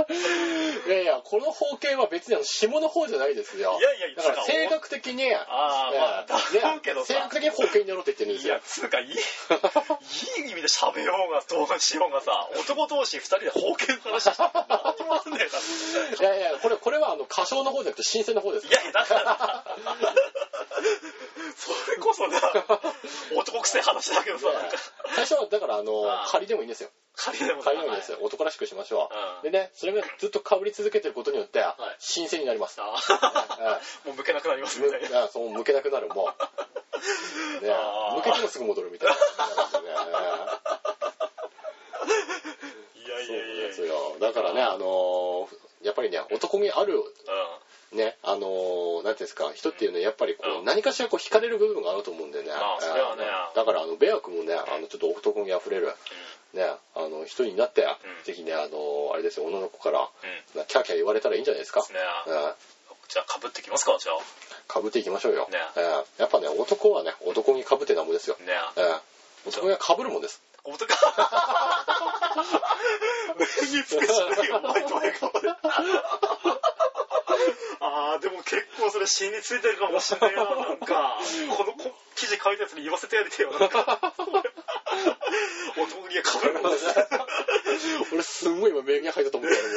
いやいやいやこの包茎は別にあの下の方じゃないですよいやいやいだやから性格的にあーまあねだろうけどさ性格的に包茎になろうって言ってるんですよつうかいいいい意味で喋ようがどうしようがさ男同士二人で封建の話しても何にもわかんねえからいやいやこれこれはあの歌唱の方じゃなくて新鮮の方ですいやいやだからそれこそな男臭い話だけどさ、なんか最初はだからあのあー仮でもいいんですよ仮でもさ仮でもいいんですよ男らしくしましょう、うんでねそれがずっと被り続けてることによってい新鮮になります、あうんーもう向けなくなりますみたいなむあ そう向けなくなるもう、ねあー、向けてもすぐ戻るみたいな感じなんですよねいやいそうやいなんでや いすやよだからねあのーやっぱりね男にあるうんねあのーなんていうんですか人っていうのはやっぱりこう、うん何かしらこう惹かれる部分があると思うんでねああそれはねうんだからあのベア君もねあのちょっと男気あふれる、ね、あの人になって、んぜひねあのーあれですよ女の子からうんキャーキャー言われたらいいんじゃないですか、ねうんじゃあかぶってきますかじゃあかぶっていきましょうよ、ねうんやっぱね男はね男にかぶってなんぼですよ、ねうん男がかぶるもんですおとか目につけしないよお前と俺かぶれ あーでも結構それ死についてるかもしれないななんかこのこ記事書いたやつに言わせてやりてえよなんか男気がかぶるもんです 俺すんごい今名言入ったと思ったけど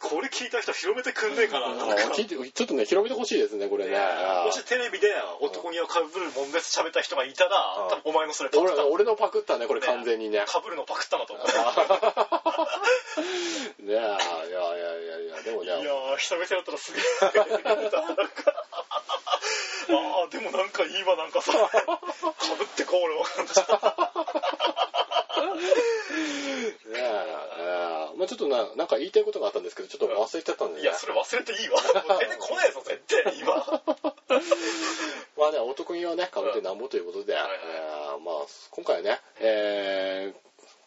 これ聞いた人広めてくんねえかななんか聞いてちょっとね広めてほしいですねこれねもしテレビで男気をかぶるもんです喋った人がいたらうん多分お前のそれパクった俺俺のパクったねこれ完全にねかぶるのパクったなと思うねえいやいやいやいやでもいやねー久々やったらすげ えあーでもなんかいいわなんかさかぶってこう俺もねええーまあちょっとななんか言いたいことがあったんですけどちょっと忘れちゃったんでねいやそれ忘れていいわもう 出てこないぞ絶対今まあね男気はねかぶってなんぼということで、いはいえーまあ今回はねえー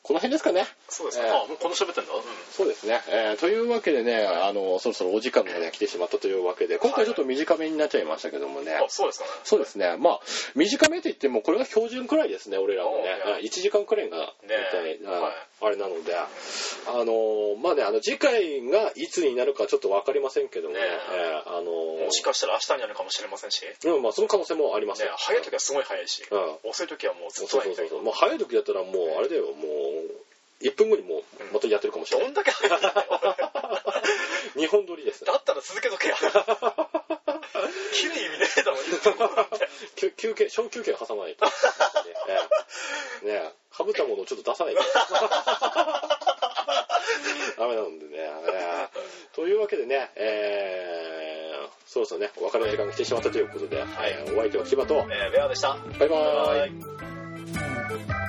この辺ですかねそうですかあもうこの喋ってんだうんそうですね、えーというわけでねあのそろそろお時間がね来てしまったというわけで今回ちょっと短めになっちゃいましたけどもね、あそうですかねそうですね。まあ、短めと言っても、これが標準くらいですね、俺らもねそう。ね1時間くらいが、大体、うんはいあれなので。あのーまあね、あの、次回がいつになるかちょっとわかりませんけどもね。ねえーあのーもしかしたら明日になるかもしれませんしねうん、まあ、その可能性もありますよ。早い時はすごい早いしうん。遅い時はもうずそうそっとうないみたそいうなそう。もう早い時だったら、もう、あれだよ、もう、1分後にもう、またやってるかもしれなどい。んだけ早いんだよ日本撮りです。だったら続けと けや綺麗に見ねえだ ろ一分後なんて休休憩、小休憩挟まないと。ねえねえ、かぶったものをちょっと出さないと。ダメなんでね。ええというわけでね、えー、そろそろね、お別れの時間が来てしまったということで、えーお相手は千葉と、えーベアでしたバイバーイ。イ